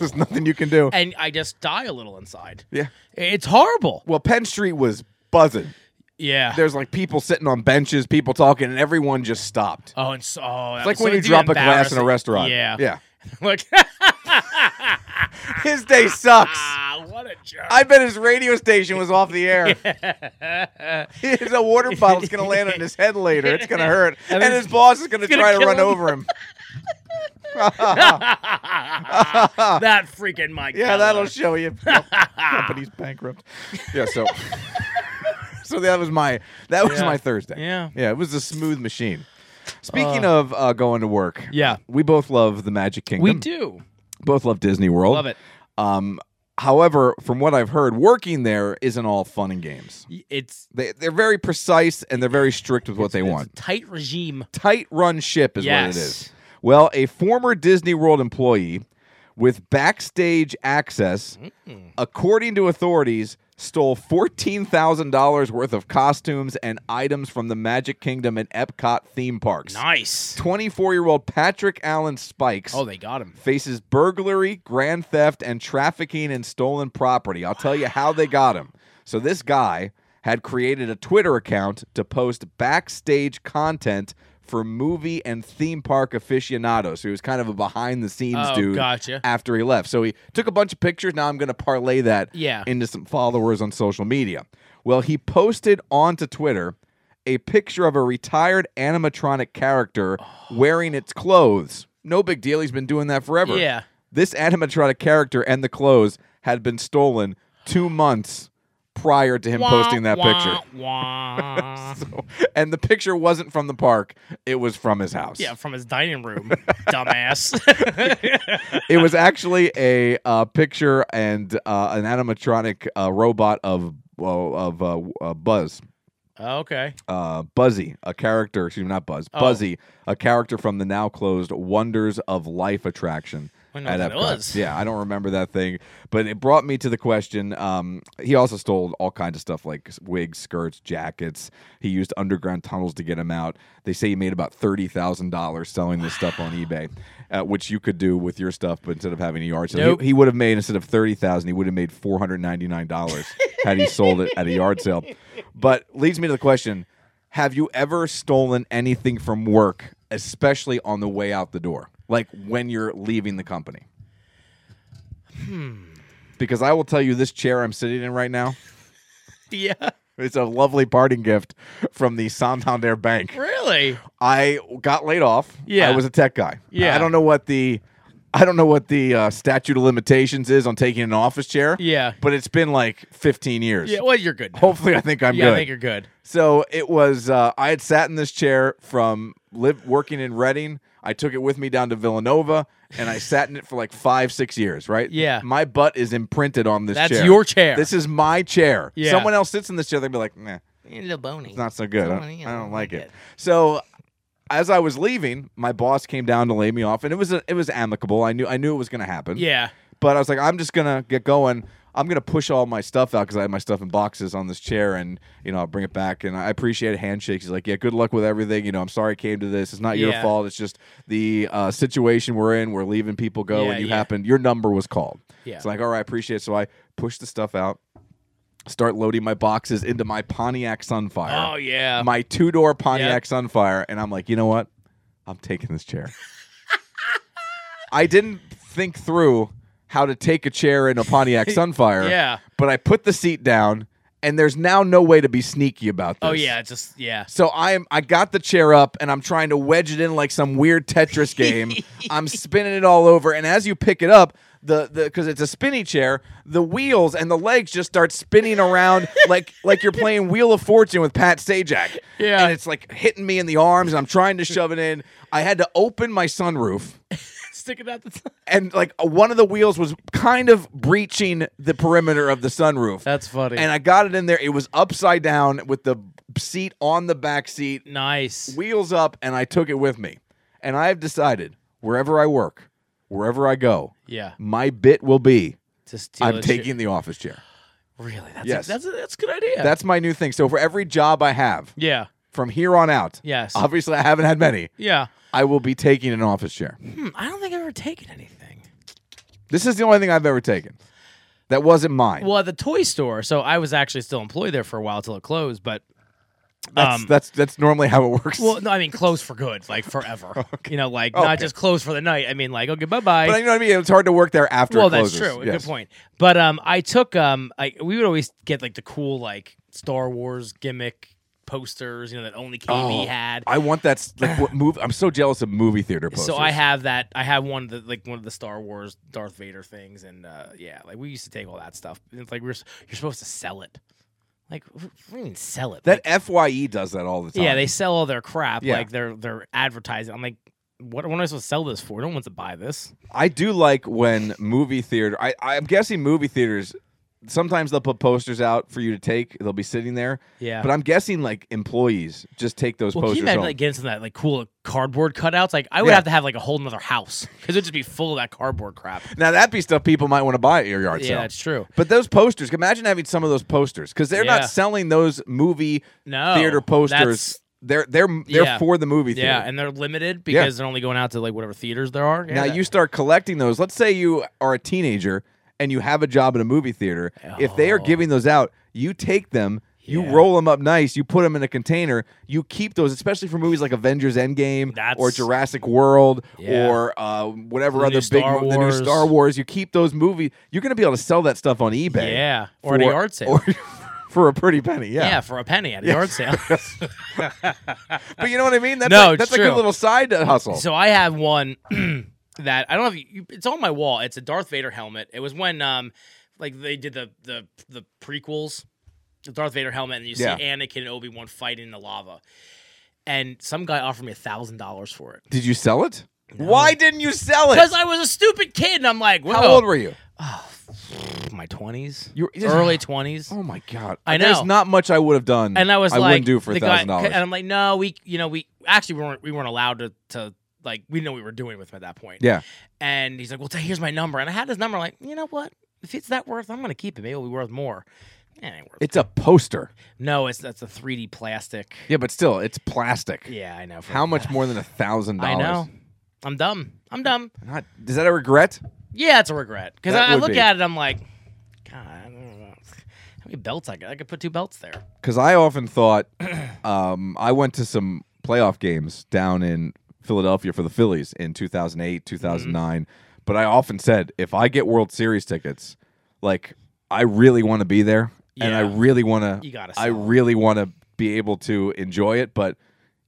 [SPEAKER 1] there's nothing you can do.
[SPEAKER 2] and I just die a little inside.
[SPEAKER 1] Yeah.
[SPEAKER 2] It's horrible.
[SPEAKER 1] Well, Penn Street was buzzing.
[SPEAKER 2] Yeah.
[SPEAKER 1] There's like people sitting on benches, people talking, and everyone just stopped.
[SPEAKER 2] oh, and so oh,
[SPEAKER 1] It's like when you drop a glass in a restaurant.
[SPEAKER 2] Yeah.
[SPEAKER 1] yeah.
[SPEAKER 2] Like
[SPEAKER 1] His day sucks.
[SPEAKER 2] ah, what a jerk.
[SPEAKER 1] I bet his radio station was off the air. His a water bottle's gonna land on his head later. It's gonna hurt, and his boss is gonna
[SPEAKER 2] gonna
[SPEAKER 1] try to
[SPEAKER 2] kill
[SPEAKER 1] run
[SPEAKER 2] him.
[SPEAKER 1] over him.
[SPEAKER 2] that freaking Mike.
[SPEAKER 1] Ah. Yeah, that'll
[SPEAKER 2] Keller.
[SPEAKER 1] show you. Nope. Company's bankrupt. Yeah, so so that was my that was
[SPEAKER 2] Yeah.
[SPEAKER 1] my Thursday.
[SPEAKER 2] Yeah.
[SPEAKER 1] yeah, it was a smooth machine. Speaking of uh, going to work,
[SPEAKER 2] Yeah.
[SPEAKER 1] we both love the Magic Kingdom.
[SPEAKER 2] we do.
[SPEAKER 1] both love Disney World.
[SPEAKER 2] Love it.
[SPEAKER 1] Um, however, from what I've heard, working there isn't all fun and games.
[SPEAKER 2] It's
[SPEAKER 1] They, they're very precise and they're very strict with what they want.
[SPEAKER 2] tight regime.
[SPEAKER 1] Tight run ship is what
[SPEAKER 2] Yes.
[SPEAKER 1] it is. Well, a former Disney World employee with backstage access,
[SPEAKER 2] Mm.
[SPEAKER 1] according to authorities, stole $14,000 worth of costumes and items from the Magic Kingdom and Epcot theme parks.
[SPEAKER 2] Nice.
[SPEAKER 1] 24 year old Patrick Allen Spikes
[SPEAKER 2] Oh, they got him.
[SPEAKER 1] faces burglary, grand theft, and trafficking in stolen property. I'll tell you how they got him. So this guy had created a Twitter account to post backstage content for movie and theme park aficionados. So he was kind of a behind the scenes
[SPEAKER 2] Oh,
[SPEAKER 1] dude
[SPEAKER 2] gotcha.
[SPEAKER 1] after he left. So he took a bunch of pictures. Now I'm going to parlay that
[SPEAKER 2] Yeah.
[SPEAKER 1] into some followers on social media. Well, he posted onto Twitter a picture of a retired animatronic character wearing its clothes. No big deal. He's been doing that forever.
[SPEAKER 2] Yeah.
[SPEAKER 1] This animatronic character and the clothes had been stolen two months prior to him posting that picture.
[SPEAKER 2] Wah.
[SPEAKER 1] And the picture wasn't from the park, it was from his house.
[SPEAKER 2] yeah, from his dining room, dumbass.
[SPEAKER 1] it was actually a uh, picture and uh, an animatronic uh, robot of well, of uh, uh, Buzz,
[SPEAKER 2] okay.
[SPEAKER 1] uh, Buzzy, a character. Excuse me, not Buzz,
[SPEAKER 2] Oh.
[SPEAKER 1] Buzzy, a character from the now closed Wonders of Life attraction.
[SPEAKER 2] I know what
[SPEAKER 1] at
[SPEAKER 2] that
[SPEAKER 1] Epcot.
[SPEAKER 2] was.
[SPEAKER 1] Yeah, I don't remember that thing, but it brought me to the question. Um, he also stole all kinds of stuff like wigs, skirts, jackets. He used underground tunnels to get him out. They say he made about thirty thousand dollars selling this stuff on eBay, uh, which you could do with your stuff, but instead of having a yard sale,
[SPEAKER 2] Nope.
[SPEAKER 1] he, he would have made instead of thirty thousand, he would have made four hundred ninety nine dollars had he sold it at a yard sale. But leads me to the question: Have you ever stolen anything from work, especially on the way out the door, like when you're leaving the company? because I will tell you this chair I'm sitting in right now.
[SPEAKER 2] Yeah.
[SPEAKER 1] It's a lovely parting gift from the Santander Bank.
[SPEAKER 2] Really?
[SPEAKER 1] I got laid off.
[SPEAKER 2] Yeah.
[SPEAKER 1] I was a tech guy.
[SPEAKER 2] Yeah.
[SPEAKER 1] I don't know what the I don't know what the uh, statute of limitations is on taking an office chair.
[SPEAKER 2] Yeah.
[SPEAKER 1] But it's been like 15 years.
[SPEAKER 2] Yeah. Well, you're good. now.
[SPEAKER 1] Hopefully, I think I'm
[SPEAKER 2] yeah,
[SPEAKER 1] good.
[SPEAKER 2] I think you're good.
[SPEAKER 1] So it was. Uh, I had sat in this chair from live working in Reading. I took it with me down to Villanova, and I sat in it for like five, six years. Right?
[SPEAKER 2] Yeah.
[SPEAKER 1] My butt is imprinted on this.
[SPEAKER 2] That's
[SPEAKER 1] chair.
[SPEAKER 2] your chair.
[SPEAKER 1] This is my chair.
[SPEAKER 2] Yeah.
[SPEAKER 1] Someone else sits in this chair. They'd be like, "Nah,
[SPEAKER 2] A little bony.
[SPEAKER 1] it's not so good. I
[SPEAKER 2] Someone,
[SPEAKER 1] don't,
[SPEAKER 2] you
[SPEAKER 1] I
[SPEAKER 2] know,
[SPEAKER 1] don't like it."
[SPEAKER 2] it.
[SPEAKER 1] So. As I was leaving, my boss came down to lay me off, and it was a, it was amicable. I knew I knew it was going to happen
[SPEAKER 2] Yeah.
[SPEAKER 1] but I was like, I'm just gonna get going. I'm gonna push all my stuff out because I had my stuff in boxes on this chair, and you know I'll bring it back. And I appreciate handshakes. He's like, yeah, good luck with everything. You know, I'm sorry I came to this. It's not your
[SPEAKER 2] Yeah.
[SPEAKER 1] fault. It's just the uh, situation we're in. We're leaving people go,
[SPEAKER 2] Yeah,
[SPEAKER 1] and you
[SPEAKER 2] yeah.
[SPEAKER 1] happened. Your number was called.
[SPEAKER 2] Yeah.
[SPEAKER 1] It's like, all right, I appreciate. it. So I push the stuff out. Start loading my boxes into my Pontiac Sunfire.
[SPEAKER 2] Oh, yeah.
[SPEAKER 1] my two door Pontiac
[SPEAKER 2] Yep.
[SPEAKER 1] Sunfire, and I'm like, you know what? I'm taking this chair. I didn't think through how to take a chair in a Pontiac Sunfire.
[SPEAKER 2] Yeah.
[SPEAKER 1] But I put the seat down, and there's now no way to be sneaky about this.
[SPEAKER 2] Oh yeah. it's Just yeah.
[SPEAKER 1] So I am I got the chair up and I'm trying to wedge it in like some weird Tetris game. I'm spinning it all over, and as you pick it up, the the because it's a spinny chair, the wheels and the legs just start spinning around like like you're playing Wheel of Fortune with Pat Sajak.
[SPEAKER 2] Yeah.
[SPEAKER 1] and it's like hitting me in the arms, and I'm trying to shove it in. I had to open my sunroof
[SPEAKER 2] Stick it out the. Top.
[SPEAKER 1] and like uh, one of the wheels was kind of breaching the perimeter of the sunroof.
[SPEAKER 2] That's funny.
[SPEAKER 1] And I got it in there. It was upside down with the seat on the back seat,
[SPEAKER 2] nice.
[SPEAKER 1] wheels up, and I took it with me. And I have decided wherever I work, wherever I go,
[SPEAKER 2] yeah.
[SPEAKER 1] my bit will be
[SPEAKER 2] To steal
[SPEAKER 1] I'm
[SPEAKER 2] a
[SPEAKER 1] taking
[SPEAKER 2] shit.
[SPEAKER 1] the office chair.
[SPEAKER 2] Really? That's
[SPEAKER 1] Yes.
[SPEAKER 2] A, that's a, that's a good idea.
[SPEAKER 1] That's my new thing. So for every job I have
[SPEAKER 2] yeah.
[SPEAKER 1] from here on out,
[SPEAKER 2] Yes.
[SPEAKER 1] obviously I haven't had many,
[SPEAKER 2] Yeah.
[SPEAKER 1] I will be taking an office chair.
[SPEAKER 2] Hmm, I don't think I've ever taken anything.
[SPEAKER 1] This is the only thing I've ever taken. That wasn't mine.
[SPEAKER 2] Well, at the toy store, so I was actually still employed there for a while till it closed. But
[SPEAKER 1] that's,
[SPEAKER 2] um,
[SPEAKER 1] that's that's normally how it works.
[SPEAKER 2] well, no, I mean closed for good, like forever. You know, like not
[SPEAKER 1] Okay.
[SPEAKER 2] just closed for the night. I mean, like okay, bye bye.
[SPEAKER 1] But I know what I mean. It's hard to work there after.
[SPEAKER 2] well,
[SPEAKER 1] it
[SPEAKER 2] that's
[SPEAKER 1] closes.
[SPEAKER 2] true.
[SPEAKER 1] Yes.
[SPEAKER 2] Good point. But um, I took um, I we would always get like the cool like Star Wars gimmick posters, you know, that only KB
[SPEAKER 1] Oh,
[SPEAKER 2] had.
[SPEAKER 1] I want that s- like what move. I'm so jealous of movie theater posters.
[SPEAKER 2] so I have that. I have one of the like one of the Star Wars Darth Vader things, and uh, yeah, like we used to take all that stuff. And it's like we're s- you're supposed to sell it. Like wh- what do you mean sell it?
[SPEAKER 1] that Fye does that all the time.
[SPEAKER 2] Yeah, they sell all their crap.
[SPEAKER 1] Yeah.
[SPEAKER 2] Like they're they're advertising. I'm like, what, what am I supposed to sell this for? No one wants to buy this.
[SPEAKER 1] I do like when movie theater. I I'm guessing movie theaters sometimes they'll put posters out for you to take. They'll be sitting there.
[SPEAKER 2] Yeah.
[SPEAKER 1] But I'm guessing like employees just take those
[SPEAKER 2] Well, can you
[SPEAKER 1] posters
[SPEAKER 2] imagine
[SPEAKER 1] home.
[SPEAKER 2] like getting some of that like cool cardboard cutouts? Like I would
[SPEAKER 1] Yeah.
[SPEAKER 2] have to have like a whole nother house because it'd just be full of that cardboard crap.
[SPEAKER 1] now that'd be stuff people might want to buy at your yard
[SPEAKER 2] Yeah,
[SPEAKER 1] sale.
[SPEAKER 2] that's true.
[SPEAKER 1] But those posters, imagine having some of those posters because they're
[SPEAKER 2] Yeah.
[SPEAKER 1] not selling those movie
[SPEAKER 2] No,
[SPEAKER 1] theater posters.
[SPEAKER 2] that's-
[SPEAKER 1] They're they're they're
[SPEAKER 2] Yeah.
[SPEAKER 1] for the movie theater.
[SPEAKER 2] Yeah, and they're limited because they're only going out to like whatever theaters there are. Yeah,
[SPEAKER 1] Now
[SPEAKER 2] that-
[SPEAKER 1] you start collecting those. Let's say you are a teenager and you have a job in a movie theater. If they are giving those out, you take them, you
[SPEAKER 2] Oh. Yeah.
[SPEAKER 1] roll them up nice, you put them in a container, you keep those, especially for movies like Avengers Endgame or
[SPEAKER 2] That's-
[SPEAKER 1] Jurassic World
[SPEAKER 2] Yeah.
[SPEAKER 1] or uh, whatever
[SPEAKER 2] The new
[SPEAKER 1] other big
[SPEAKER 2] Star
[SPEAKER 1] mo- the new
[SPEAKER 2] Wars.
[SPEAKER 1] Star Wars. You keep those movies. You're going to be able to sell that stuff on eBay.
[SPEAKER 2] yeah, or at a
[SPEAKER 1] for-
[SPEAKER 2] yard sale.
[SPEAKER 1] or- for a pretty penny.
[SPEAKER 2] yeah.
[SPEAKER 1] Yeah.
[SPEAKER 2] for a penny at a yard sale.
[SPEAKER 1] But you know what I mean? That's
[SPEAKER 2] No,
[SPEAKER 1] like,
[SPEAKER 2] it's
[SPEAKER 1] that's like a
[SPEAKER 2] true.
[SPEAKER 1] little side hustle.
[SPEAKER 2] so I have one that I don't know if you, you- it's on my wall. It's a Darth Vader helmet. It was when um like they did the the the prequels, the Darth Vader helmet, and you see
[SPEAKER 1] Yeah.
[SPEAKER 2] Anakin and Obi Wan fighting in the lava. And some guy offered me a thousand dollars for it
[SPEAKER 1] Did you sell it? Why didn't you sell it?
[SPEAKER 2] because I was a stupid kid, and I'm like,
[SPEAKER 1] How old were you?
[SPEAKER 2] you? My twenties,
[SPEAKER 1] You were-
[SPEAKER 2] early twenties.
[SPEAKER 1] Oh my god!
[SPEAKER 2] I
[SPEAKER 1] There's
[SPEAKER 2] know.
[SPEAKER 1] not much I would have done,
[SPEAKER 2] and I was
[SPEAKER 1] I
[SPEAKER 2] like,
[SPEAKER 1] wouldn't do for
[SPEAKER 2] the
[SPEAKER 1] a
[SPEAKER 2] guy-
[SPEAKER 1] thousand
[SPEAKER 2] And
[SPEAKER 1] dollars.
[SPEAKER 2] I'm like, no, we, you know, we actually we weren't we weren't allowed to to like we didn't know what we were doing with him at that point.
[SPEAKER 1] Yeah,
[SPEAKER 2] And he's like, well, t- here's my number, and I had his number. Like, you know what? If it's that worth, I'm gonna keep it. Maybe it'll be worth more. Eh, It ain't worth.
[SPEAKER 1] it's a poster.
[SPEAKER 2] no, it's that's a 3D plastic.
[SPEAKER 1] Yeah, but still, it's plastic.
[SPEAKER 2] Yeah, I know. for-
[SPEAKER 1] How much more than a thousand
[SPEAKER 2] I
[SPEAKER 1] dollars?
[SPEAKER 2] know. I'm dumb. I'm dumb.
[SPEAKER 1] Not, is that a regret?
[SPEAKER 2] Yeah, it's a regret because
[SPEAKER 1] That
[SPEAKER 2] I, I
[SPEAKER 1] would
[SPEAKER 2] look
[SPEAKER 1] be.
[SPEAKER 2] at it. I'm like, God, I don't know. how many belts I got? I could put two belts there.
[SPEAKER 1] Because I often thought, um, I went to some playoff games down in Philadelphia for the Phillies in
[SPEAKER 2] Mm-hmm.
[SPEAKER 1] 2008, 2009. But I often said, if I get World Series tickets, like I really want to be there, and I
[SPEAKER 2] Yeah.
[SPEAKER 1] really want
[SPEAKER 2] You gotta
[SPEAKER 1] I
[SPEAKER 2] sell 'em.
[SPEAKER 1] really want to be able to enjoy it, but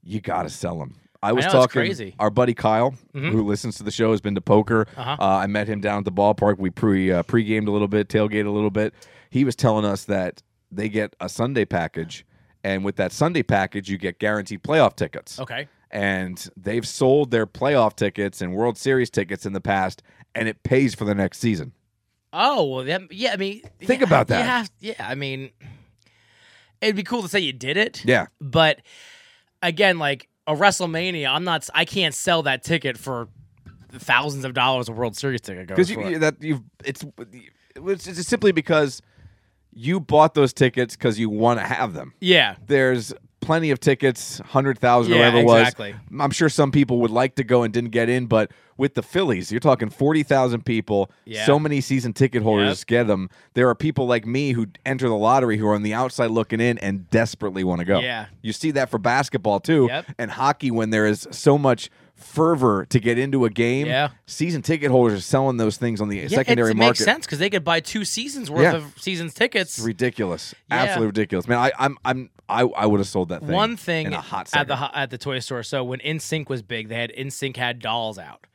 [SPEAKER 1] you got to sell them. I was
[SPEAKER 2] know, it's
[SPEAKER 1] talking.
[SPEAKER 2] crazy.
[SPEAKER 1] Our buddy Kyle, who listens to the show, has been to poker. uh I met him down at the ballpark. We pre uh, pre-gamed a little bit, tailgate a little bit. He was telling us that they get a Sunday package, and with that Sunday package, you get guaranteed playoff tickets.
[SPEAKER 2] Okay.
[SPEAKER 1] And they've sold their playoff tickets and World Series tickets in the past, and it pays for the next season.
[SPEAKER 2] Oh well, then, yeah. I mean,
[SPEAKER 1] Think
[SPEAKER 2] yeah,
[SPEAKER 1] about
[SPEAKER 2] you
[SPEAKER 1] that.
[SPEAKER 2] have- yeah, I mean, it'd be cool to say you did it.
[SPEAKER 1] Yeah.
[SPEAKER 2] but again, like a WrestleMania, I'm not. I can't sell that ticket for thousands of dollars a World Series ticket. goes
[SPEAKER 1] because
[SPEAKER 2] for.
[SPEAKER 1] you, you- that you've it's it's just simply because you bought those tickets because you want to have them.
[SPEAKER 2] yeah,
[SPEAKER 1] There's plenty of tickets, hundred thousand, or
[SPEAKER 2] Yeah,
[SPEAKER 1] whatever it was.
[SPEAKER 2] exactly.
[SPEAKER 1] I'm sure some people would like to go and didn't get in, but with the Phillies, you're talking forty thousand people.
[SPEAKER 2] Yeah.
[SPEAKER 1] So many season ticket holders
[SPEAKER 2] Yep.
[SPEAKER 1] get them. There are people like me who enter the lottery who are on the outside looking in and desperately want to go.
[SPEAKER 2] Yeah.
[SPEAKER 1] you see that for basketball too,
[SPEAKER 2] Yep.
[SPEAKER 1] and hockey when there is so much fervor to get into a game.
[SPEAKER 2] Yeah.
[SPEAKER 1] season ticket holders are selling those things on the
[SPEAKER 2] Yeah,
[SPEAKER 1] secondary
[SPEAKER 2] it's- it
[SPEAKER 1] market.
[SPEAKER 2] makes sense because they could buy two seasons worth
[SPEAKER 1] Yeah.
[SPEAKER 2] of seasons tickets.
[SPEAKER 1] Ridiculous,
[SPEAKER 2] Yeah.
[SPEAKER 1] absolutely ridiculous, man. I, I'm, I'm, I, I would have sold that thing.
[SPEAKER 2] One thing
[SPEAKER 1] in a hot
[SPEAKER 2] at
[SPEAKER 1] second.
[SPEAKER 2] the ho- at the toy store. So when InSync was big, they had InSync had dolls out,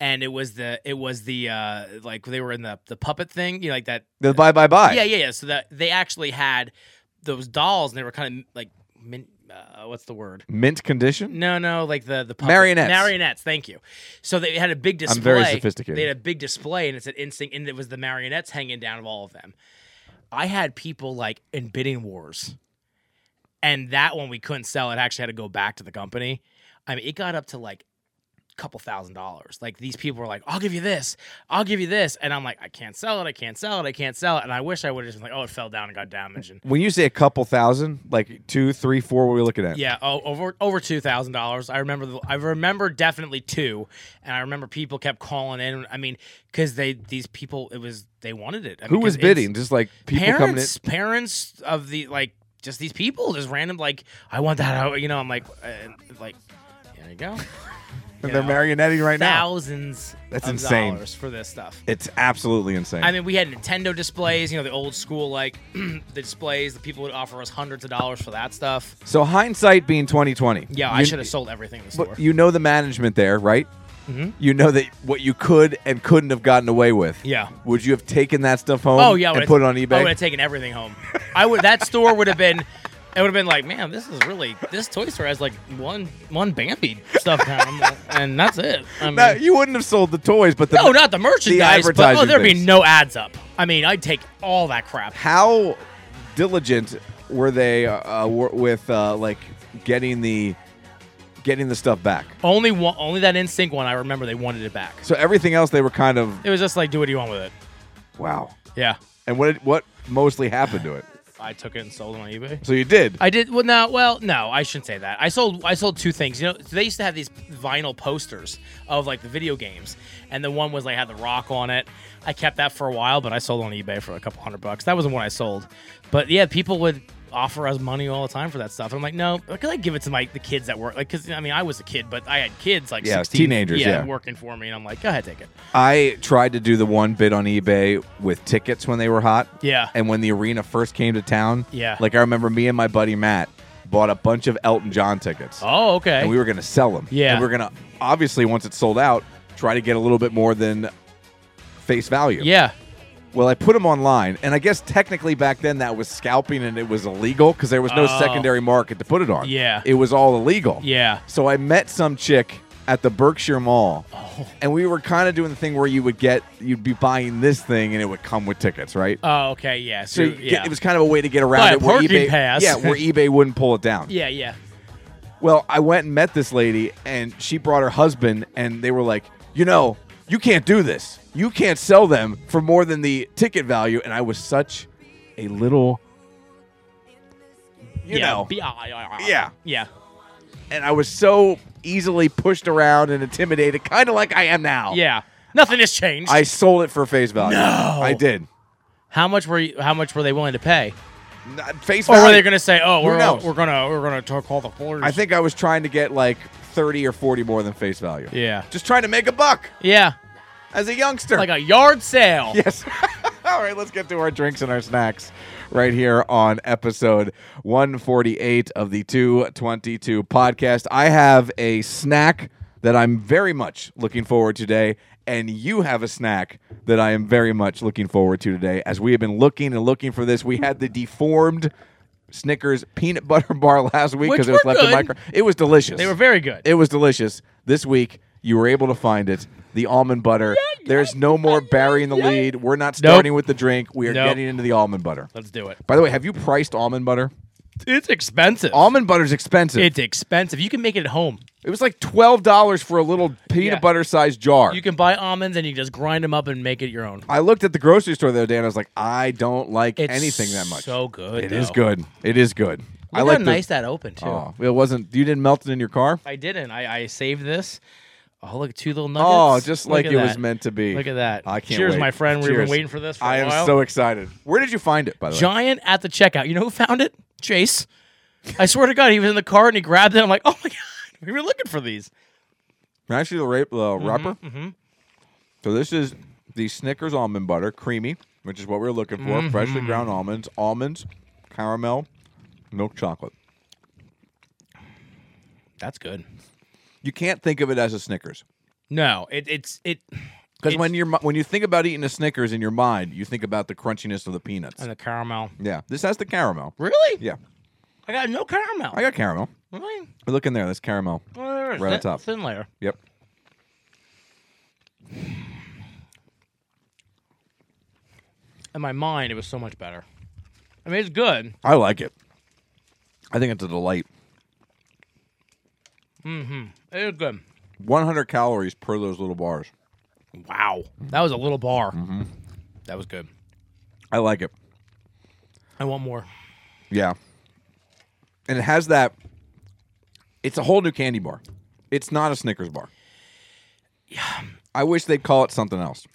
[SPEAKER 2] and it was the it was the uh like they were in the the puppet thing, you know, like that
[SPEAKER 1] the bye, bye, bye.
[SPEAKER 2] Yeah, yeah, yeah. So that they actually had those dolls, and they were kind of like, min, uh, what's the word?
[SPEAKER 1] Mint condition.
[SPEAKER 2] No, no, like the the puppet-
[SPEAKER 1] Marionettes.
[SPEAKER 2] Marionettes. Thank you. So they had a big display.
[SPEAKER 1] I'm very sophisticated.
[SPEAKER 2] They had a big display, and it said instinct, and it was the marionettes hanging down of all of them. I had people like in bidding wars, and that one we couldn't sell. It actually had to go back to the company. I mean, it got up to like a couple thousand dollars. Like these people were like, "I'll give you this, I'll give you this," and I'm like, "I can't sell it, I can't sell it, I can't sell it." And I wish I would have just been like, "Oh, it fell down and got damaged." And
[SPEAKER 1] When you say a couple thousand, like two, three, four, what are we looking at?
[SPEAKER 2] yeah, oh, over over two thousand dollars. I remember. The, I remember definitely two, and I remember people kept calling in. I mean, because they these people, it was they wanted it. I
[SPEAKER 1] Who
[SPEAKER 2] mean,
[SPEAKER 1] was
[SPEAKER 2] 'cause it's-
[SPEAKER 1] bidding? Just like people coming in.
[SPEAKER 2] Parents, parents of the like, just these people, just random. Like, I want that. out," You know, I'm like, uh, like, there you go.
[SPEAKER 1] And they're marionetting right now.
[SPEAKER 2] Thousands.
[SPEAKER 1] That's
[SPEAKER 2] of
[SPEAKER 1] insane.
[SPEAKER 2] Dollars for this stuff.
[SPEAKER 1] It's absolutely insane.
[SPEAKER 2] I mean, we had Nintendo displays. You know, the old school like the displays. The people would offer us hundreds of dollars for that stuff.
[SPEAKER 1] so hindsight being twenty twenty.
[SPEAKER 2] Yeah, I should have sold everything in the store.
[SPEAKER 1] But you know the management there, right?
[SPEAKER 2] Mm-hmm.
[SPEAKER 1] You know that what you could and couldn't have gotten away with.
[SPEAKER 2] Yeah.
[SPEAKER 1] Would you have taken that stuff home?
[SPEAKER 2] Oh yeah, I
[SPEAKER 1] and
[SPEAKER 2] would've-
[SPEAKER 1] put it on
[SPEAKER 2] I
[SPEAKER 1] eBay.
[SPEAKER 2] would have taken everything home. I would that store would have been. It would have been like, man, this is really this toy store has like one one Bambi stuffed animal, and that's it. I mean,
[SPEAKER 1] Now, you wouldn't have sold the toys, but the
[SPEAKER 2] no, not the merchandise, but oh,
[SPEAKER 1] advertising
[SPEAKER 2] there'd be
[SPEAKER 1] things.
[SPEAKER 2] no ads up. I mean, I'd take all that crap.
[SPEAKER 1] how diligent were they uh, were with uh, like getting the getting the stuff back?
[SPEAKER 2] Only one, only that instinct one. I remember they wanted it back.
[SPEAKER 1] So everything else they were kind of
[SPEAKER 2] It was just like, do what you want with it.
[SPEAKER 1] wow.
[SPEAKER 2] Yeah,
[SPEAKER 1] And what did- what mostly happened to it?
[SPEAKER 2] I took it and sold it on eBay.
[SPEAKER 1] So you did.
[SPEAKER 2] I did well. No, well, no, I shouldn't say that. I sold. I sold two things. You know, they used to have these vinyl posters of like the video games, and the one was like had the Rock on it. I kept that for a while, but I sold on eBay for a couple hundred bucks. That wasn't what I sold, but yeah, people would offer us money all the time for that stuff. I'm like, no, because I give it to my the kids that work. Like, because I mean, I was a kid, but I had kids like
[SPEAKER 1] Yeah,
[SPEAKER 2] 16,
[SPEAKER 1] teenagers, yeah.
[SPEAKER 2] working for me, and I'm like, go ahead, take it.
[SPEAKER 1] I tried to do the one bid on eBay with tickets when they were hot.
[SPEAKER 2] Yeah.
[SPEAKER 1] And when the arena first came to town.
[SPEAKER 2] Yeah.
[SPEAKER 1] Like I remember me and my buddy Matt bought a bunch of Elton John tickets.
[SPEAKER 2] Oh, okay.
[SPEAKER 1] And we were going to sell them.
[SPEAKER 2] Yeah.
[SPEAKER 1] And we are going to, obviously, once it's sold out, try to get a little bit more than face value.
[SPEAKER 2] yeah,
[SPEAKER 1] Well, I put them online. And I guess technically back then that was scalping and it was illegal because there was no
[SPEAKER 2] Oh.
[SPEAKER 1] secondary market to put it on.
[SPEAKER 2] Yeah.
[SPEAKER 1] It was all illegal.
[SPEAKER 2] yeah.
[SPEAKER 1] So I met some chick at the Berkshire Mall,
[SPEAKER 2] Oh.
[SPEAKER 1] and we were kind of doing the thing where you would get, you'd be buying this thing, and it would come with tickets, right?
[SPEAKER 2] Oh, okay, yeah.
[SPEAKER 1] so
[SPEAKER 2] So,
[SPEAKER 1] you get-
[SPEAKER 2] yeah,
[SPEAKER 1] it was kind of a way to get around
[SPEAKER 2] Buy a
[SPEAKER 1] it, where
[SPEAKER 2] parking
[SPEAKER 1] eBay,
[SPEAKER 2] pass.
[SPEAKER 1] yeah, where eBay wouldn't pull it down.
[SPEAKER 2] yeah, yeah.
[SPEAKER 1] Well, I went and met this lady, and she brought her husband, and they were like, you know, you can't do this. You can't sell them for more than the ticket value. And I was such a little, you
[SPEAKER 2] yeah.
[SPEAKER 1] know,
[SPEAKER 2] Be- ah, ah, ah, ah.
[SPEAKER 1] Yeah.
[SPEAKER 2] yeah.
[SPEAKER 1] and I was so easily pushed around and intimidated, kind of like I am now.
[SPEAKER 2] Yeah. Nothing has changed.
[SPEAKER 1] I sold it for face value. No, I did.
[SPEAKER 2] how much were you, how much were they willing to pay?
[SPEAKER 1] Not- Face
[SPEAKER 2] Or
[SPEAKER 1] value.
[SPEAKER 2] were they going to say, "Oh,
[SPEAKER 1] Who
[SPEAKER 2] we're
[SPEAKER 1] knows?
[SPEAKER 2] we're going to we're going to call the police"?
[SPEAKER 1] I think I was trying to get like thirty or forty more than face value.
[SPEAKER 2] Yeah.
[SPEAKER 1] just trying to make a buck
[SPEAKER 2] Yeah.
[SPEAKER 1] as a youngster.
[SPEAKER 2] Like a yard sale.
[SPEAKER 1] yes. All right, let's get to our drinks and our snacks right here on episode 148 of the 222 podcast. I have a snack that I'm very much looking forward to today, and you have a snack that I am very much looking forward to today. As we have been looking and looking for this, we had the deformed Snickers peanut butter bar last week
[SPEAKER 2] Which
[SPEAKER 1] because it was
[SPEAKER 2] were
[SPEAKER 1] left in my
[SPEAKER 2] good.
[SPEAKER 1] car. It was delicious.
[SPEAKER 2] They were very good.
[SPEAKER 1] It was delicious. This week, you were able to find it. The almond butter. There's no more burying the lead. We're not starting with the drink. We are
[SPEAKER 2] Nope.
[SPEAKER 1] getting into the almond butter.
[SPEAKER 2] Let's do it.
[SPEAKER 1] By the way, have you priced almond butter?
[SPEAKER 2] It's expensive.
[SPEAKER 1] Almond butter's expensive. It,
[SPEAKER 2] it's expensive. You can make it at home.
[SPEAKER 1] was like twelve dollars for a little peanut
[SPEAKER 2] Yeah.
[SPEAKER 1] butter sized jar.
[SPEAKER 2] You can buy almonds and you just grind them up and make it your own.
[SPEAKER 1] I looked at the grocery store the other day and I was like, I don't like
[SPEAKER 2] It's
[SPEAKER 1] anything that much.
[SPEAKER 2] So good.
[SPEAKER 1] It is good. It is good. I
[SPEAKER 2] Look
[SPEAKER 1] like the-
[SPEAKER 2] how nice that opened too.
[SPEAKER 1] Oh, it wasn't. You didn't melt it in your car.
[SPEAKER 2] I didn't. I, I saved this. Oh, look, two little nuggets.
[SPEAKER 1] Oh, just
[SPEAKER 2] Look
[SPEAKER 1] like
[SPEAKER 2] at
[SPEAKER 1] it was
[SPEAKER 2] that.
[SPEAKER 1] meant to be.
[SPEAKER 2] Look at that.
[SPEAKER 1] I can't.
[SPEAKER 2] Cheers,
[SPEAKER 1] wait.
[SPEAKER 2] my friend. We've
[SPEAKER 1] Cheers.
[SPEAKER 2] been waiting for this for
[SPEAKER 1] I
[SPEAKER 2] a
[SPEAKER 1] am
[SPEAKER 2] while.
[SPEAKER 1] so excited. Where did you find it, by the way?
[SPEAKER 2] giant at the checkout. You know who found it? Chase. I swear to God, he was in the car and he grabbed it. I'm like, oh my God, we were looking for these.
[SPEAKER 1] Can I see the rape, the wrapper? Mm-hmm. So this is the Snickers almond butter, creamy, which is what we are looking for.
[SPEAKER 2] Mm-hmm.
[SPEAKER 1] Freshly ground almonds, almonds, caramel, milk chocolate.
[SPEAKER 2] That's good.
[SPEAKER 1] You can't think of it as a Snickers
[SPEAKER 2] No, it, it's it
[SPEAKER 1] because when you're when you think about eating a Snickers in your mind, you think about the crunchiness of the peanuts.
[SPEAKER 2] and the caramel.
[SPEAKER 1] Yeah, this has the caramel.
[SPEAKER 2] Really?
[SPEAKER 1] Yeah,
[SPEAKER 2] I got no caramel.
[SPEAKER 1] I got caramel.
[SPEAKER 2] Really?
[SPEAKER 1] Look in there. That's caramel.
[SPEAKER 2] Well, there it is.
[SPEAKER 1] Right on
[SPEAKER 2] Thin-
[SPEAKER 1] top.
[SPEAKER 2] Thin layer.
[SPEAKER 1] Yep.
[SPEAKER 2] In my mind, it was so much better. I mean, it's good.
[SPEAKER 1] I like it. I think it's a delight.
[SPEAKER 2] It is good.
[SPEAKER 1] 100 calories per those little bars.
[SPEAKER 2] Wow, that was a little bar.
[SPEAKER 1] Mm-hmm.
[SPEAKER 2] That was good.
[SPEAKER 1] I like it.
[SPEAKER 2] I want more.
[SPEAKER 1] Yeah. And it has that it's a whole new candy bar. It's not a Snickers bar. Yeah. I wish they'd call it something else.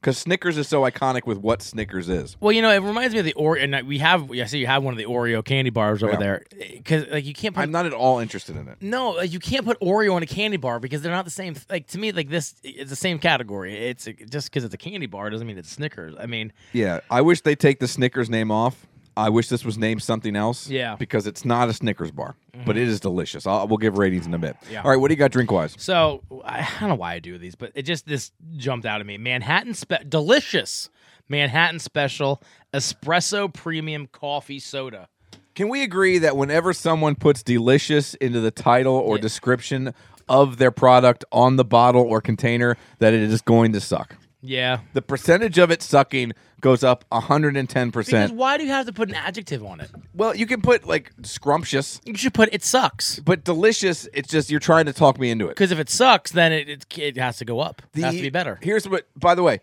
[SPEAKER 1] Cuz Snickers is so iconic with what Snickers is.
[SPEAKER 2] Well, you know, it reminds me of the Oreo. And I- we have, I see you have one of the Oreo candy bars over
[SPEAKER 1] Yeah.
[SPEAKER 2] there. Because like you can't put
[SPEAKER 1] I'm not at all interested in it.
[SPEAKER 2] No, like, you can't put Oreo on a candy bar because they're not the same. Like to me, like this, it's the same category. It's just because it's a candy bar doesn't mean it's Snickers. I mean,
[SPEAKER 1] Yeah, I wish they take the Snickers name off. I wish this was named something else.
[SPEAKER 2] Yeah. Mm-hmm.
[SPEAKER 1] because it's not a Snickers bar, but it is delicious. I'll, we'll give ratings in a bit.
[SPEAKER 2] Yeah.
[SPEAKER 1] All right, what do you got drink wise?
[SPEAKER 2] so I, I don't know why I do these, but it just this jumped out at me. Manhattan spe- delicious Manhattan special espresso premium coffee soda.
[SPEAKER 1] Can we agree that whenever someone puts delicious into the title or description of their product on the bottle or container, that it is going to suck?
[SPEAKER 2] Yeah.
[SPEAKER 1] The percentage of it sucking goes up 110%.
[SPEAKER 2] Because why do you have to put an adjective on it?
[SPEAKER 1] well, you can put like scrumptious,
[SPEAKER 2] You should put it sucks.
[SPEAKER 1] but delicious, it's just you're trying to talk me into it.
[SPEAKER 2] Because if it sucks, then it, it, it has to go up. It has to
[SPEAKER 1] The-
[SPEAKER 2] be better.
[SPEAKER 1] Here's what, by the way,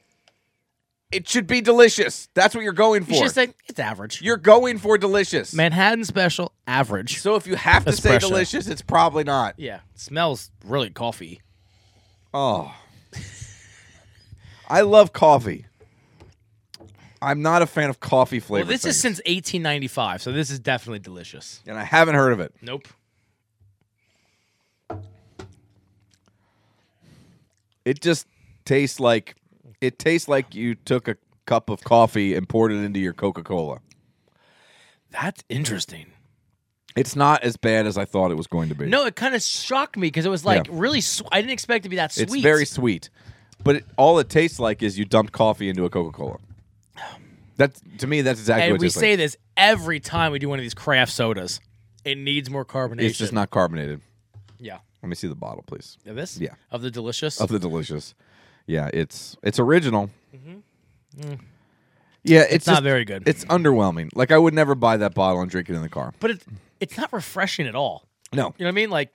[SPEAKER 1] it should be delicious. That's what you're going for.
[SPEAKER 2] You should say it's average.
[SPEAKER 1] you're going for delicious.
[SPEAKER 2] Manhattan special, average.
[SPEAKER 1] So if you have to say
[SPEAKER 2] Espresso.
[SPEAKER 1] delicious, it's probably not.
[SPEAKER 2] yeah, smells really coffee.
[SPEAKER 1] Oh. I love coffee. I'm not a fan of coffee flavor.
[SPEAKER 2] Well, this is
[SPEAKER 1] things,
[SPEAKER 2] since 1895, so this is definitely delicious.
[SPEAKER 1] and I haven't heard of it.
[SPEAKER 2] Nope.
[SPEAKER 1] It just tastes like it tastes like you took a cup of coffee and poured it into your Coca-Cola.
[SPEAKER 2] That's interesting.
[SPEAKER 1] It's not as bad as I thought it was going to be.
[SPEAKER 2] No, it kind of shocked me because it was like
[SPEAKER 1] Yeah.
[SPEAKER 2] really. Sw- I didn't expect it to be that sweet.
[SPEAKER 1] it's very sweet. But it, all it tastes like is you dumped coffee into a Coca-Cola. That's to me that's exactly
[SPEAKER 2] And
[SPEAKER 1] what it
[SPEAKER 2] we
[SPEAKER 1] tastes
[SPEAKER 2] say
[SPEAKER 1] like.
[SPEAKER 2] this every time we do one of these craft sodas. It needs more carbonation.
[SPEAKER 1] It's just not carbonated.
[SPEAKER 2] Yeah.
[SPEAKER 1] Let me see the bottle, please.
[SPEAKER 2] Of This.
[SPEAKER 1] Yeah.
[SPEAKER 2] Of the delicious.
[SPEAKER 1] of the delicious. Yeah, it's it's original. Yeah, it's,
[SPEAKER 2] Mm-hmm. not
[SPEAKER 1] just-
[SPEAKER 2] very good.
[SPEAKER 1] It's underwhelming. Like I would never buy that bottle and drink it in the car.
[SPEAKER 2] but it's it's not refreshing at all.
[SPEAKER 1] No.
[SPEAKER 2] You know what I mean? Like,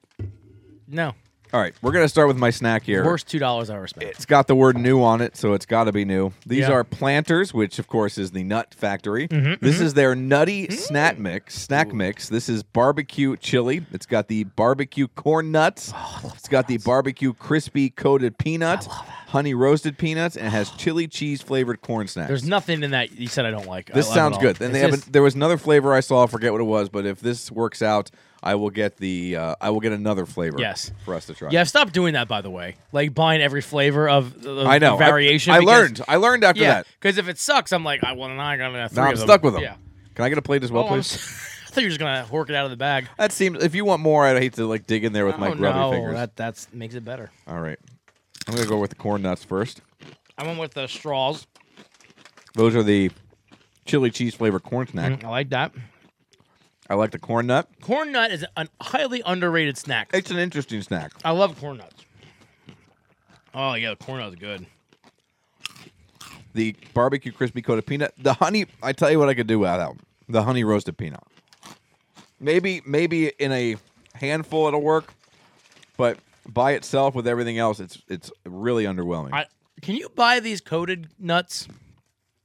[SPEAKER 2] no.
[SPEAKER 1] All right, we're gonna start with my snack here.
[SPEAKER 2] Worst two dollars I ever spent.
[SPEAKER 1] It's got the word new on it, so it's got to be new. These
[SPEAKER 2] Yeah. Mm-hmm,
[SPEAKER 1] are planters, which of course is the nut factory. This is their
[SPEAKER 2] Mm.
[SPEAKER 1] nutty snack mix. Snack mix. This is barbecue chili. It's got the barbecue corn nuts.
[SPEAKER 2] Oh,
[SPEAKER 1] it's got the barbecue crispy coated peanut, honey roasted peanuts, and it has chili cheese flavored corn snacks.
[SPEAKER 2] There's nothing in that you said I don't like. I
[SPEAKER 1] This
[SPEAKER 2] love it
[SPEAKER 1] sounds
[SPEAKER 2] all.
[SPEAKER 1] good. And they
[SPEAKER 2] It's
[SPEAKER 1] have
[SPEAKER 2] just-
[SPEAKER 1] a, there was another flavor I saw. I forget what it was, but if this works out, I will get the uh, I will get another flavor.
[SPEAKER 2] Yes.
[SPEAKER 1] for us to try.
[SPEAKER 2] yeah, stop doing that. By the way, like buying every flavor of the
[SPEAKER 1] I know I-
[SPEAKER 2] variation.
[SPEAKER 1] I,
[SPEAKER 2] because-
[SPEAKER 1] learned. I learned after
[SPEAKER 2] yeah,
[SPEAKER 1] that.
[SPEAKER 2] because if it sucks, I'm like, I want an I got to have three
[SPEAKER 1] Now I'm
[SPEAKER 2] of them.
[SPEAKER 1] stuck with them.
[SPEAKER 2] Yeah.
[SPEAKER 1] Can I get a plate as well,
[SPEAKER 2] Oh, I'm
[SPEAKER 1] please?
[SPEAKER 2] s- I thought you were just gonna hork it out of the bag.
[SPEAKER 1] That seems. If you want more, I'd hate to like dig in there with my
[SPEAKER 2] oh,
[SPEAKER 1] grubby
[SPEAKER 2] no,
[SPEAKER 1] fingers.
[SPEAKER 2] that that's makes it better.
[SPEAKER 1] All right, I'm gonna go with the corn nuts first.
[SPEAKER 2] I went with the straws.
[SPEAKER 1] Those are the chili cheese flavored corn snack.
[SPEAKER 2] I like that. Mm-hmm.
[SPEAKER 1] I like the corn nut.
[SPEAKER 2] Corn nut is a highly underrated snack.
[SPEAKER 1] It's an interesting snack.
[SPEAKER 2] I love corn nuts. Oh yeah, the corn nuts good.
[SPEAKER 1] The barbecue crispy coated peanut. The honey. I tell you what I could do without that one. The honey roasted peanut. Maybe maybe in a handful it'll work, but by itself with everything else, it's it's really underwhelming.
[SPEAKER 2] I can you buy these coated nuts